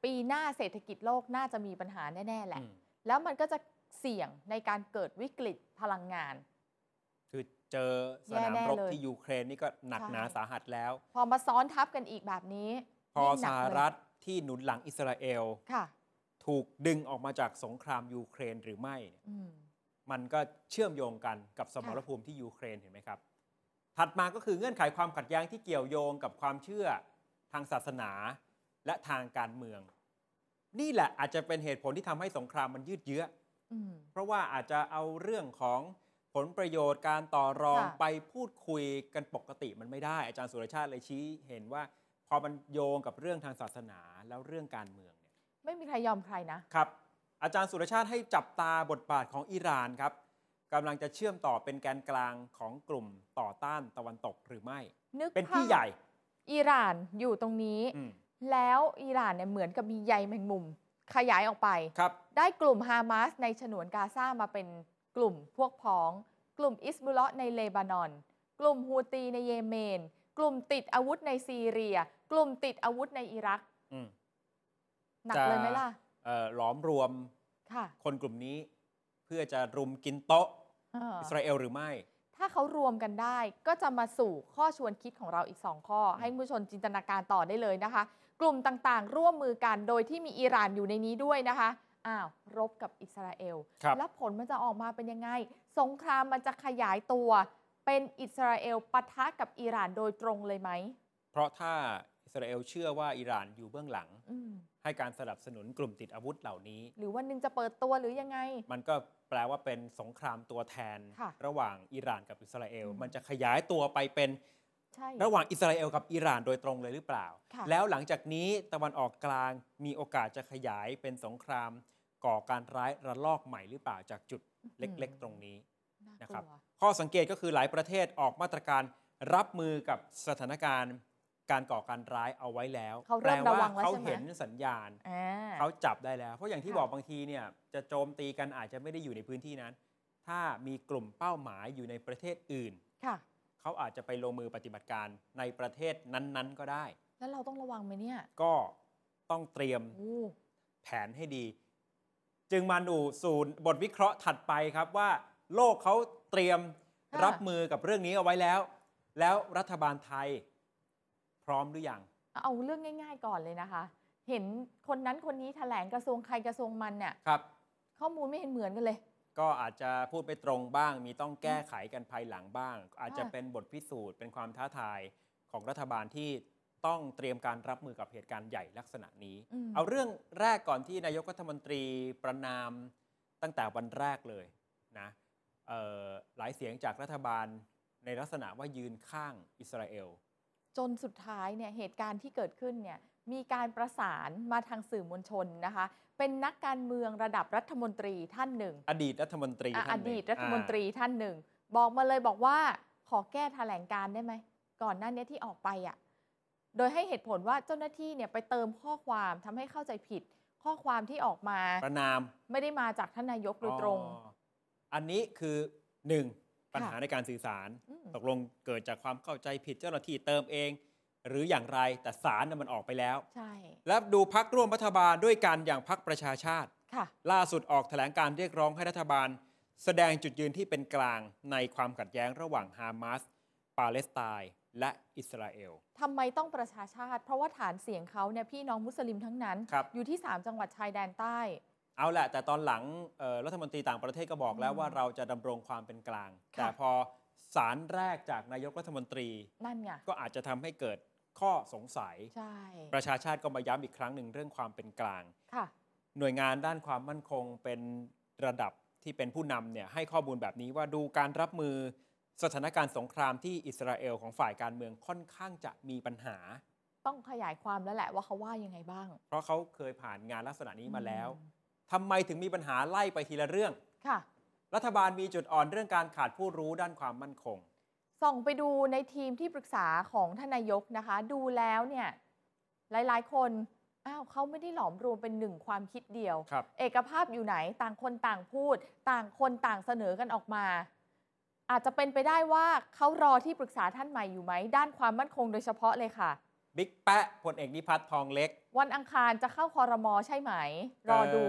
Speaker 3: ปีหน้าเศรษฐกิจโลกน่าจะมีปัญหาแน่ ๆ แหละ
Speaker 2: อืม
Speaker 3: แล้วมันก็จะเสี่ยงในการเกิดวิกฤตพลังงาน
Speaker 2: คือเจอสนาม
Speaker 3: แย่แน่
Speaker 2: รบ
Speaker 3: เลย
Speaker 2: ที่ยูเครนนี่ก็หนัก
Speaker 3: ใช่
Speaker 2: หนาสาหัสแล้ว
Speaker 3: พอมาซ้อนทับกันอีกแบบนี้
Speaker 2: พอ
Speaker 3: ยิ่งห
Speaker 2: ส
Speaker 3: นัก
Speaker 2: ห
Speaker 3: เลย
Speaker 2: รัฐที่หนุนหลังอิสราเอล
Speaker 3: ค่ะ
Speaker 2: ถูกดึงออกมาจากสงครามยูเครนหรือไม่เนี่ย
Speaker 3: อืม
Speaker 2: มันก็เชื่อมโยงกันกับสมรภูมิที่ยูเครนเห็นไหมครับ ถัดมาก็คือเงื่อนไขความขัดแย้งที่เกี่ยวโยงกับความเชื่อทางศาสนาและทางการเมือง นี่แหละอาจจะเป็นเหตุผลที่ทำให้สงครามมันยืดเยื้อ
Speaker 3: อืม
Speaker 2: เพราะว่าอาจจะเอาเรื่องของผลประโยชน์การต่อรอง
Speaker 3: ค่ะ
Speaker 2: ไปพูดคุยกันปกติมันไม่ได้ อาจารย์สุรชาติเลยชี้เห็นว่า พอมันโยงกับเรื่องทางศาสนาแล้วเรื่องการเมืองเนี่ย
Speaker 3: ไม่มีใครยอมใครนะ
Speaker 2: ครับ อาจารย์สุรชาติให้จับตาบทบาทของอิหร่านครับกำลังจะเชื่อมต่อเป็นแกนกลางของกลุ่มต่อต้านตะวันตกหรือไม่
Speaker 3: นึก
Speaker 2: เป็น
Speaker 3: ภา
Speaker 2: พี่
Speaker 3: พ
Speaker 2: ใหญ่
Speaker 3: อิหร่านอยู่ตรงนี้
Speaker 2: อืม
Speaker 3: แล้วอิหร่านเนี่ยเหมือนกับมีใยแมงมุม ขยายออกไป
Speaker 2: ครับ
Speaker 3: ได้กลุ่มฮามาสในฉนวนกาซามาเป็นกลุ่มพวกพ้อง กลุ่มอิสบุลเลาะห์ในเลบานอน กลุ่มฮูตีในเยเมน กลุ่มติดอาวุธในซีเรีย กลุ่มติดอาวุธในอิรัก
Speaker 2: อืม
Speaker 3: หนัก
Speaker 2: จะ
Speaker 3: เลยไหมล่ะ
Speaker 2: เอ่อหลอมรวม
Speaker 3: ค่ะ
Speaker 2: คนกลุ่มนี้ เพื่อจะรุมกินโต๊ะ
Speaker 3: เออ
Speaker 2: อิสราเอลหรือไม่
Speaker 3: ถ้าเขารวมกันได้ ก็จะมาสู่ข้อชวนคิดของเราอีก 2 ข้อ ให้คุณผู้ชมจินตนาการต่อได้เลยนะคะ กลุ่มต่างๆ ร่วมมือกันโดยที่มีอิหร่านอยู่ในนี้ด้วยนะคะอ้าวรบกับอิสราเอล
Speaker 2: ครับ
Speaker 3: แล้วผลมันจะออกมาเป็นยังไง สงครามมันจะขยายตัว เป็นอิสราเอลปะทะกับอิหร่านโดยตรงเลยไหม
Speaker 2: เพราะถ้าอิสราเอลเชื่อว่าอิหร่านอยู่เบื้องหลัง
Speaker 3: อืม
Speaker 2: ให้การสนับสนุนกลุ่มติดอาวุธเหล่านี้
Speaker 3: หรือวันหนึ่งจะเปิดตัวหรือยังไง
Speaker 2: มันก็แปลว่าเป็นสงครามตัวแทน
Speaker 3: ค่ะ
Speaker 2: ระหว่างอิหร่านกับอิสราเอล
Speaker 3: อืม
Speaker 2: มันจะขยายตัวไปเป็น
Speaker 3: ใช่
Speaker 2: ระหว่างอิสราเอลกับอิหร่านโดยตรงเลยหรือเปล่า
Speaker 3: ค่ะ
Speaker 2: แล้วหลังจากนี้ตะวันออกกลางมีโอกาสจะขยายเป็นสงคราม ก่อการร้ายระลอกใหม่หรือเปล่าจากจุดเล็กๆ ตรงนี้
Speaker 3: นะ
Speaker 2: นะ
Speaker 3: ค
Speaker 2: ครั
Speaker 3: รับ
Speaker 2: บ ข้อสังเกตก็คือหลายประเทศออกมาตรการรับมือกับสถานการณ์ การก่อการร้ายเอาไว้แล้ว
Speaker 3: เขาเริ่ม
Speaker 2: แปล
Speaker 3: ระวั
Speaker 2: ว่าง
Speaker 3: แล้ว
Speaker 2: เขา
Speaker 3: ใช่ไหม
Speaker 2: เห็นสัญญาณ
Speaker 3: อ่า
Speaker 2: เขาจับได้แล้ว เพราะอย่างที่
Speaker 3: ค่ะ
Speaker 2: บอกบางทีเนี่ยจะโจมตีกันอาจจะไม่ได้อยู่ในพื้นที่นั้น ถ้ามีกลุ่มเป้าหมายอยู่ในประเทศอื่น
Speaker 3: ค่ะ
Speaker 2: เขาอาจจะไปลงมือปฏิบัติการในประเทศนั้นๆ ก็ได้
Speaker 3: แล้วเราต้องระวังไหมเนี่ย
Speaker 2: ก็ต้องเตรียม
Speaker 3: โอ้
Speaker 2: แผนให้ดี จึงมาดูสู่บทวิเคราะห์ถัดไปครับว่า โลกเขาเตรียม
Speaker 3: ะ
Speaker 2: รับมือกับเรื่องนี้เอาไว้แล้ว แล้วรัฐบาลไทย พร้อมหรือยัง
Speaker 3: เอาเรื่องง่าย ๆ ก่อนเลยนะคะ เห็นคนนั้นคนนี้แถลงกระทรวงใครกระทรวงมันเนี่ย
Speaker 2: ครับ
Speaker 3: ข้อมูลไม่เห็นเหมือนกันเลย
Speaker 2: ก็อาจจะพูดไปตรงบ้าง มีต้องแก้ไขกันภายหลังบ้าง อาจจะ
Speaker 3: ค่ะ
Speaker 2: เป็นบทพิสูจน์เป็นความท้าทายของรัฐบาลที่ต้องเตรียมการรับมือกับเหตุการณ์ใหญ่ลักษณะนี้
Speaker 3: ม
Speaker 2: เอาเรื่องแรกก่อนที่นายกรัฐมนตรีประนามตั้งแต่วันแรกเลยนะเอ่อหลายเสียงจากรัฐบาลในลักษณะว่ายืนข้างอิสราเอล
Speaker 3: จนสุดท้ายเนี่ยเหตุการณ์ที่เกิดขึ้นเนี่ยมีการประสานมาทางสื่อมวลชนนะคะ เป็นนักการเมืองระดับรัฐมนตรีท่านหนึ่ง
Speaker 2: อดีตรัฐมนตรี
Speaker 3: อ่ะอ
Speaker 2: ท่านหนึ่ง
Speaker 3: ดีตรัฐมนตรี
Speaker 2: อ่
Speaker 3: ท่านหนึ่ง บอกมาเลยบอกว่าขอแก้แถลงการได้ไหม ก่อนหน้านี้ที่ออกไปอ่ะโดยให้เหตุผลว่าเจ้าหน้าที่เนี่ยไปเติมข้อความทำให้เข้าใจผิด ข้อความที่ออกมา
Speaker 2: าประนาม
Speaker 3: ไม่ได้มาจากท่านนายกโดยตรง
Speaker 2: อ๋ออันนี้คือหนึ่งปัญหา
Speaker 3: ค่ะ
Speaker 2: ในการสื่อสาร
Speaker 3: อืม
Speaker 2: ตกลงเกิดจากความเข้าใจผิดเจ้าหน้าที่เติมเอง หรืออย่างไรแต่สารน่ะมันออกไปแล้ว
Speaker 3: ใช่
Speaker 2: และดูพักร่วมรัฐบาลด้วยกันอย่างพักประชาชาติ
Speaker 3: ค่ะ
Speaker 2: ล่าสุดออกแถลงการเรียกร้องให้รัฐบาล แสดงจุดยืนที่เป็นกลางในความขัดแย้งระหว่างฮามาสปาเลสไตน์ และอิสราเอล
Speaker 3: ทำไมต้องประชาชาติ เพราะว่าฐานเสียงเขาเนี่ยพี่น้องมุสลิมทั้งนั้น
Speaker 2: ครับ
Speaker 3: อยู่ที่ 3 จังหวัดชายแดนใต้
Speaker 2: เอาแหละแต่ตอนหลังเอ่อรัฐมนตรีต่างประเทศก็บอกแล้วว่าเราจะดำรงความเป็นกลาง
Speaker 3: ค่ะ
Speaker 2: แต่พอสารแรกจากนายกรัฐมนตรี
Speaker 3: นั่นไง
Speaker 2: ก็อาจจะทำให้เกิดข้อสงสัย
Speaker 3: ใช่
Speaker 2: ประชาชาติก็มาย้ำอีกครั้งหนึ่งเรื่องความเป็นกลาง
Speaker 3: ค่ะ
Speaker 2: หน่วยงานด้านความมั่นคงเป็นระดับที่เป็นผู้นำเนี่ยให้ข้อมูลแบบนี้ว่าดูการรับมือสถานการณ์สงครามที่อิสราเอลของฝ่ายการเมืองค่อนข้างจะมีปัญหา
Speaker 3: ต้องขยายความแล้วแหละว่าเขาว่ายังไงบ้าง
Speaker 2: เพราะเขาเคยผ่านงานลักษณะนี้มาแล้วทำไมถึงมีปัญหาไล่ไปทีละเรื่อง
Speaker 3: ค่ะ
Speaker 2: รัฐบาลมีจุดอ่อนเรื่องการขาดผู้รู้ด้านความมั่นคง
Speaker 3: ส่องไปดูในทีมที่ปรึกษาของทานนายกนะคะ ดูแล้วเนี่ย หลายๆ คนอ้าวเขาไม่ได้หลอมรวมเป็นหนึ่งความคิดเดียว
Speaker 2: ครับ
Speaker 3: เอกภาพอยู่ไหนต่างคนต่างพูด ต่างคนต่างเสนอกันออกมา อาจจะเป็นไปได้ว่าเขารอที่ปรึกษาท่านใหม่อยู่ไหม ด้านความมั่นคงโดยเฉพาะเลยค่ะ
Speaker 2: บิ๊กแปะพลเอกนิพัฒน์ทองเล็ก
Speaker 3: วันอังคารจะเข้าคอรมอใช่ไหม รอดู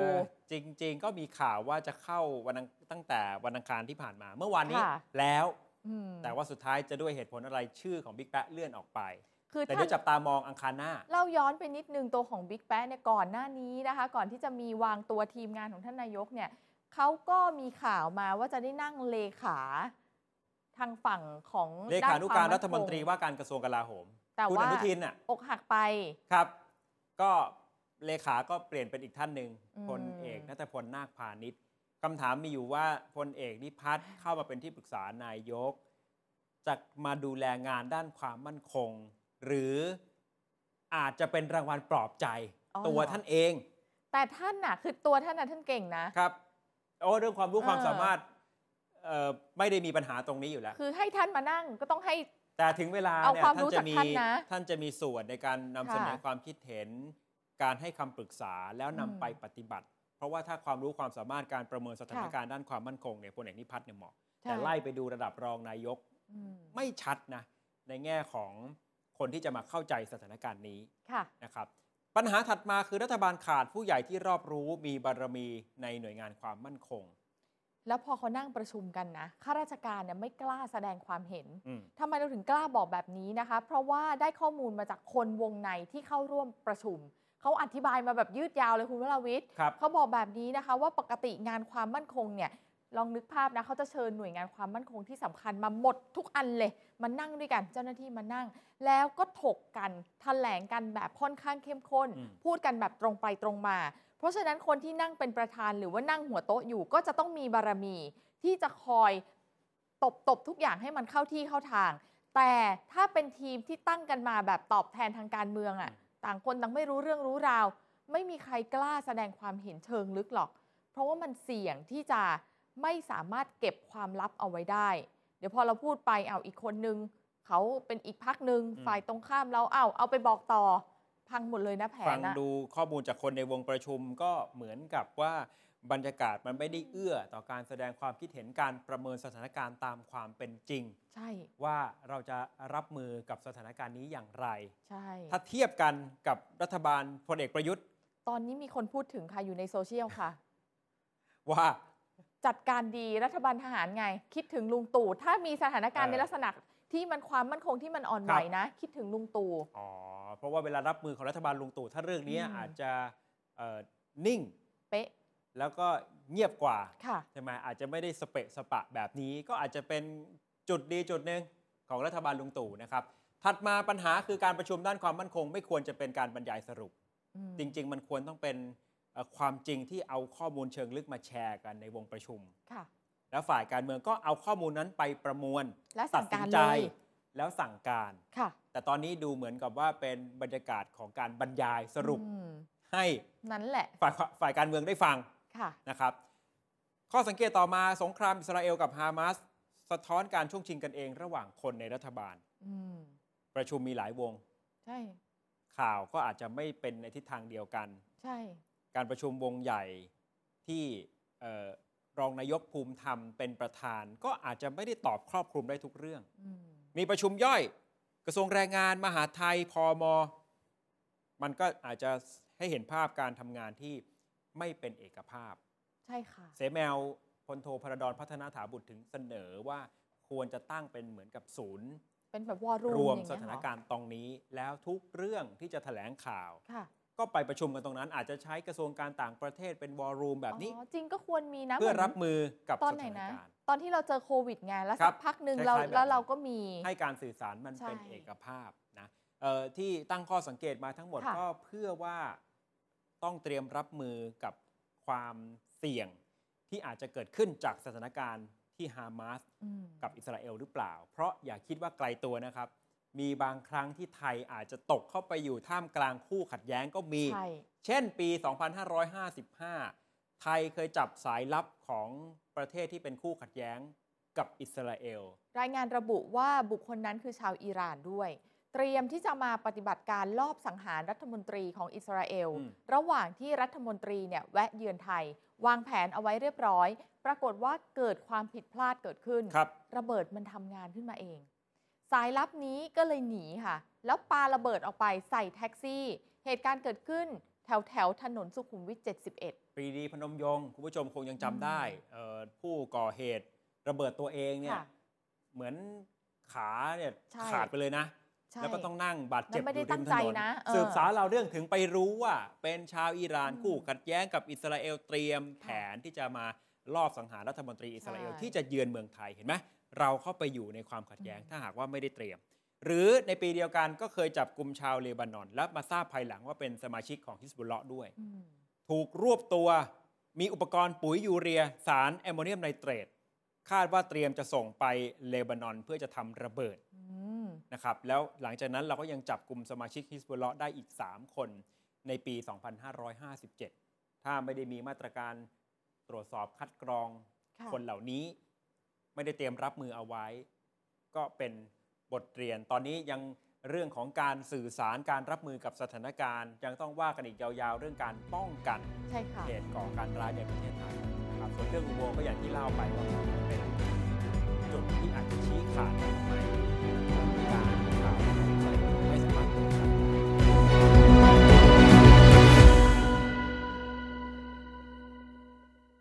Speaker 2: เจริง ๆ ก็มีข่าวว่าจะเข้าวันอังตั้งแต่วันอังคารที่ผ่านมา เมื่อวานนี้
Speaker 3: ค่ะ
Speaker 2: แล้ว
Speaker 3: ม
Speaker 2: แต่ว่าสุดท้ายจะด้วยเหตุผลอะไรชื่อของบิ๊กแปะเลื่อนออกไป
Speaker 3: คือ
Speaker 2: แต่
Speaker 3: ท่า
Speaker 2: เดี๋ย
Speaker 3: น
Speaker 2: วจับตามองอังคารหน้า
Speaker 3: เล่าย้อนไปนิดนึงตัวของบิ๊กแป๊ะเนี่ยก่อนหน้านี้นะคะ ก่อนที่จะมีวางตัวทีมงานของท่านนายกเนี่ยเขาก็มีข่าวมาว่าจะได้นั่งเลขา ทางฝั่งของ
Speaker 2: เลขานุการ
Speaker 3: ด้
Speaker 2: รั
Speaker 3: น
Speaker 2: ฐ
Speaker 3: คว
Speaker 2: ม
Speaker 3: มั่
Speaker 2: น
Speaker 3: คง
Speaker 2: ตรีว่าการกระทรวงกลาโหม
Speaker 3: แต่
Speaker 2: คุณ
Speaker 3: ว่า
Speaker 2: อนุทินน่ะ
Speaker 3: อกหักไป
Speaker 2: ครับ ก็เลขาก็เปลี่ยนเป็นอีกท่านหนึ่ง
Speaker 3: อืม
Speaker 2: พลเอกนัทพลนาคพาณิชย์คำถามมีอยู่ว่าพลเอกนิพัฒน์เข้ามาเป็นที่ปรึกษานายก จะมาดูแลงานด้านความมั่นคง หรืออาจจะเป็นรางวัลปลอบใจ ตัวท่านเอง
Speaker 3: แต่ท่านน่ะ คือตัวท่านน่ะท่านเก่งนะ
Speaker 2: ครับโอ้เรื่องความรู้ความ
Speaker 3: เออ
Speaker 2: สามารถเอ่อไม่ได้มีปัญหาตรงนี้อยู่แล้ว
Speaker 3: คือให้ท่านมานั่งก็ต้องให้
Speaker 2: แต่ถึงเวลา
Speaker 3: เอา
Speaker 2: เนี่ย
Speaker 3: ความ
Speaker 2: ท่า
Speaker 3: รู้
Speaker 2: น
Speaker 3: จา
Speaker 2: จะ
Speaker 3: ก
Speaker 2: มี
Speaker 3: ท่านนะ
Speaker 2: ท่านจะมีส่วนในการนำเสนอ
Speaker 3: ค่ะ
Speaker 2: ความคิดเห็น การให้คำปรึกษาแล้วนำ
Speaker 3: อืม
Speaker 2: ไปปฏิบัติ เพราะว่าถ้าความรู้ความสามารถการประเมินสถาน
Speaker 3: ค่ะ
Speaker 2: การณ์ด้านความมั่นคงเนี่ยพลเอกนิพัฒน์เนี่ยเหมาะ
Speaker 3: ใช่
Speaker 2: แต่ไล่ไปดูระดับรองนายก
Speaker 3: อืม
Speaker 2: ไม่ชัดนะในแง่ของคนที่จะมาเข้าใจสถานการณ์นี้
Speaker 3: ค่ะ
Speaker 2: นะครับ ปัญหาถัดมาคือรัฐบาลขาดผู้ใหญ่ที่รอบรู้มีบารมีในหน่วยงานความมั่นคง
Speaker 3: แล้วพอเขานั่งประชุมกันนะข้าราชการเนี่ยไม่กล้าแสดงความเห็น
Speaker 2: อืม
Speaker 3: ทำไมเราถึงกล้าบอกแบบนี้นะคะ เพราะว่าได้ข้อมูลมาจากคนวงในที่เข้าร่วมประชุม เขาอธิบายมาแบบยืดยาวเลยคุณวราวิทย์
Speaker 2: ครับ
Speaker 3: เขาบอกแบบนี้นะคะว่าปกติงานความมั่นคงเนี่ย ลองนึกภาพนะเขาจะเชิญหน่วยงานความมั่นคงที่สำคัญมาหมดทุกอันเลย มานั่งด้วยกันเจ้าหน้าที่มานั่ง แล้วก็ถกกันแถลงกันแบบค่อนข้างเข้มข้น
Speaker 2: อืม
Speaker 3: พูดกันแบบตรงไปตรงมา เพราะฉะนั้นคนที่นั่งเป็นประธานหรือว่านั่งหัวโต๊ะอยู่ ก็จะต้องมีบารมี ที่จะคอยตบตบทุกอย่างให้มันเข้าที่เข้าทาง แต่ถ้าเป็นทีมที่ตั้งกันมาแบบตอบแทนทางการเมืองอะ่ะ ต่างคนต่างไม่รู้เรื่องรู้ราว ไม่มีใครกล้าแสดงความเห็นเชิงลึกหรอก เพราะว่ามันเสี่ยงที่จะไม่สามารถเก็บความลับเอาไว้ได้ เดี๋ยวพอเราพูดไปเอาอีกคนนึง เขาเป็นอีกพักหนึ่ง
Speaker 2: อืม
Speaker 3: ฝ่ายตรงข้ามเราเอาเอาไปบอกต่อ พังหมดเลยนะแผ
Speaker 2: ฟั
Speaker 3: น
Speaker 2: ง
Speaker 3: อะ
Speaker 2: ดูข้อมูลจากคนในวงประชุมก็เหมือนกับว่าบรรยากาศมันไม่ได้เอื้อต่อการแสดงความคิดเห็นการประเมินสถานการณ์ตามความเป็นจริง
Speaker 3: ใช่
Speaker 2: ว่าเราจะรับมือกับสถานการณ์นี้อย่างไร
Speaker 3: ใช่
Speaker 2: ถ้าเทียบกันกับรัฐบาลพลเอกประยุทธ์
Speaker 3: ตอนนี้มีคนพูดถึงค่ะ อยู่ในโซเชียลค่ะ
Speaker 2: ว่า
Speaker 3: จัดการดีรัฐบาลทหารไง คิดถึงลุงตู่ ถ้ามีสถานการณ์
Speaker 2: เอ
Speaker 3: ใน
Speaker 2: อ
Speaker 3: ลักษณะที่มันความมั่นคงที่มันอ่อนไหว
Speaker 2: ครับ
Speaker 3: นะ คิดถึงลุงตู่
Speaker 2: อ๋อเพราะว่าเวลารับมือของรัฐบาลลุงตู่ถ้าเรื่องนี้
Speaker 3: อืม
Speaker 2: อาจจะเอ่อนิ่ง
Speaker 3: เป๊ะ
Speaker 2: แล้วก็เงียบกว่า
Speaker 3: ค่ะ
Speaker 2: ใช่ไหมอาจจะไม่ได้สเปะสปะแบบนี้ก็อาจจะเป็นจุดดีจุดหนึ่งของรัฐบาลลุงตู่นะครับถัดมาปัญหาคือการประชุมด้านความมั่นคง ไม่ควรจะเป็นการบรรยายสรุป
Speaker 3: อืม
Speaker 2: จริง ๆ มันควรต้องเป็นเอ่อความจริงที่เอาข้อมูลเชิงลึกมาแชร์กันในวงประชุม
Speaker 3: ค่ะ
Speaker 2: แล้วฝ่ายการเมืองก็เอาข้อมูลนั้นไปประมวล
Speaker 3: และ
Speaker 2: ตั
Speaker 3: สั่
Speaker 2: ด
Speaker 3: ง
Speaker 2: สิ
Speaker 3: การ
Speaker 2: ใจ
Speaker 3: เลย
Speaker 2: แล้วสั่งการ
Speaker 3: ค่ะ
Speaker 2: แต่ตอนนี้ดูเหมือนกับว่าเป็นบรรยากาศของการบรรยายสรุป
Speaker 3: อืม
Speaker 2: ให้
Speaker 3: นั้นแหละ
Speaker 2: ฝ่ายฝ่ายการเมืองได้ฟัง
Speaker 3: ค่ะ
Speaker 2: นะครับ ข้อสังเกตต่อมาสงครามอิสราเอลกับฮามาสสะท้อนการช่วงชิงกันเองระหว่างคนในรัฐบาล
Speaker 3: อืม
Speaker 2: ประชุมมีหลายวง
Speaker 3: ใช่
Speaker 2: ข่าวก็อาจจะไม่เป็นในทิศทางเดียวกัน
Speaker 3: ใช่
Speaker 2: การประชุมวงใหญ่ที่เอ่อรองนายกภูมิธรรมเป็นประธาน ก็อาจจะไม่ได้ตอบครอบคลุมได้ทุกเรื่อง
Speaker 3: อืม
Speaker 2: มีประชุมย่อย กระทรวงแรงงานมหาดไทยพอมมันก็อาจจะให้เห็นภาพการทำงานที่ไม่เป็นเอกภาพ
Speaker 3: ใช่ค่ะ
Speaker 2: เสแมวพลโทพระดอนพัฒนาถาบุตรถึงเสนอว่าควรจะตั้งเป็นเหมือนกับศูนย์
Speaker 3: เป็นแบบวอลลุ่ม
Speaker 2: รวม
Speaker 3: อย่ง
Speaker 2: ส
Speaker 3: เงี้ย
Speaker 2: ถา
Speaker 3: เห
Speaker 2: น
Speaker 3: อ
Speaker 2: การณ์ตรงนี้แล้วทุกเรื่องที่จะแถลงข่าว
Speaker 3: ค่ะ
Speaker 2: ก็ไปประชุมกันตรงนั้น อาจจะใช้กระทรวงการต่างประเทศเป็นวอลลุ่มแบบนี้
Speaker 3: อ๋อจริงก็ควรมีนะ
Speaker 2: เพื่อ
Speaker 3: หน
Speaker 2: รับมือกับ
Speaker 3: ตอน
Speaker 2: ส
Speaker 3: ไหน
Speaker 2: ถาน
Speaker 3: นะ
Speaker 2: การณ์
Speaker 3: ตอนที่เราเจอโควิดไงแล้ว
Speaker 2: ครั
Speaker 3: สั
Speaker 2: บ
Speaker 3: กพักหนึ่งเรา
Speaker 2: คล้ายๆแบบ
Speaker 3: แล้วเราก็มี
Speaker 2: ให้การสื่อสารมัน
Speaker 3: ใช่
Speaker 2: เป็นเอกภาพนะเอ่อที่ตั้งข้อสังเกตมาทั้งหมด
Speaker 3: ค่ะ
Speaker 2: ก็เพื่อว่าต้องเตรียมรับมือกับความเสี่ยงที่อาจจะเกิดขึ้นจากสถานการณ์ที่ฮามาส
Speaker 3: อืม
Speaker 2: กับอิสราเอลหรือเปล่า เพราะอย่าคิดว่าไกลตัวนะครับ มีบางครั้งที่ไทยอาจจะตกเข้าไปอยู่ท่ามกลางคู่ขัดแย้งก็มี
Speaker 3: ใช่
Speaker 2: เช่นปี 2555 ไทยเคยจับสายลับของประเทศที่เป็นคู่ขัดแย้งกับอิสราเอล
Speaker 3: รายงานระบุว่าบุคคลนั้นคือชาวอิหร่านด้วย เตรียมที่จะมาปฏิบัติการลอบสังหารรัฐมนตรีของอิสราเอล
Speaker 2: อืม
Speaker 3: ระหว่างที่รัฐมนตรีเนี่ยแวะเยือนไทย วางแผนเอาไว้เรียบร้อย ปรากฏว่าเกิดความผิดพลาดเกิดขึ้น
Speaker 2: ครับ
Speaker 3: ระเบิดมันทำงานขึ้นมาเอง สายลับนี้ก็เลยหนีค่ะ แล้วปาระเบิดออกไปใส่แท็กซี่ เหตุการณ์เกิดขึ้นแถวแถวๆถนนสุขุมวิท 71
Speaker 2: ปรีดีพนมยงค์คุณผู้ชมคงยังจำได้เอ่อผู้ก่อเหตุระเบิดตัวเองเนี่ย
Speaker 3: ค่ะ
Speaker 2: เหมือนขาเนี่ย
Speaker 3: ใช่
Speaker 2: ขาดไปเลยนะ
Speaker 3: ใช่
Speaker 2: แล้วก็ต้องนั่งบาดเจ็บ
Speaker 3: มันไม่ได้
Speaker 2: อยู่ริม
Speaker 3: ตั้
Speaker 2: ถ
Speaker 3: ง
Speaker 2: นน
Speaker 3: ใจนะเออ
Speaker 2: สืบสาวเราวเรื่องถึงไปรู้ว่าเป็นชาวอิหร่าน
Speaker 3: อืม
Speaker 2: คู่ขัดแย้งกับอิสราเอลเตรียม
Speaker 3: ค่ะ
Speaker 2: แผนที่จะมาลอบสังหารรัฐมนตรีอิสราเอล
Speaker 3: ใช่
Speaker 2: ที่จะเยือนเมืองไทยเห็นไหมเราเข้าไปอยู่ในความขัดแย้ง
Speaker 3: อืม
Speaker 2: ถ้าหากว่าไม่ได้เตรียม หรือในปีเดียวกันก็เคยจับกลุ่มชาวเลบานอน และมาทราบภายหลังว่าเป็นสมาชิกของฮิสบุลเลาะห์ด้วย
Speaker 3: อืม
Speaker 2: ถูกรวบตัว มีอุปกรณ์ปุ๋ยยูเรีย สารแอมโมเนียมไนเตรตคาดว่าเตรียมจะส่งไปเลบานอนเพื่อจะทำระเบิด
Speaker 3: อืม
Speaker 2: นะครับแล้วหลังจากนั้นเราก็ยังจับกลุ่มสมาชิกฮิสบุลเลาะห์ได้อีก 3 คนในปี 2557 ถ้าไม่ได้มีมาตรการตรวจสอบคัดกรอง
Speaker 3: ค่ะ
Speaker 2: คนเหล่านี้ ไม่ได้เตรียมรับมือเอาไว้ ก็เป็นบทเรียนตอนนี้ยังเรื่องของการสื่อสารการรับมือกับสถานการณ์ ยังต้องว่ากันอีกยาวๆ เรื่องการป้องกัน
Speaker 3: ใช่ค่ะ
Speaker 2: เหตุก่อการร้ายในประเทศไทยนะครับส่วนเรื่องอุโมงค์ก็อย่างที่เล่าไปว่าเป็นจุดที่อาจจะชี้ขาดไป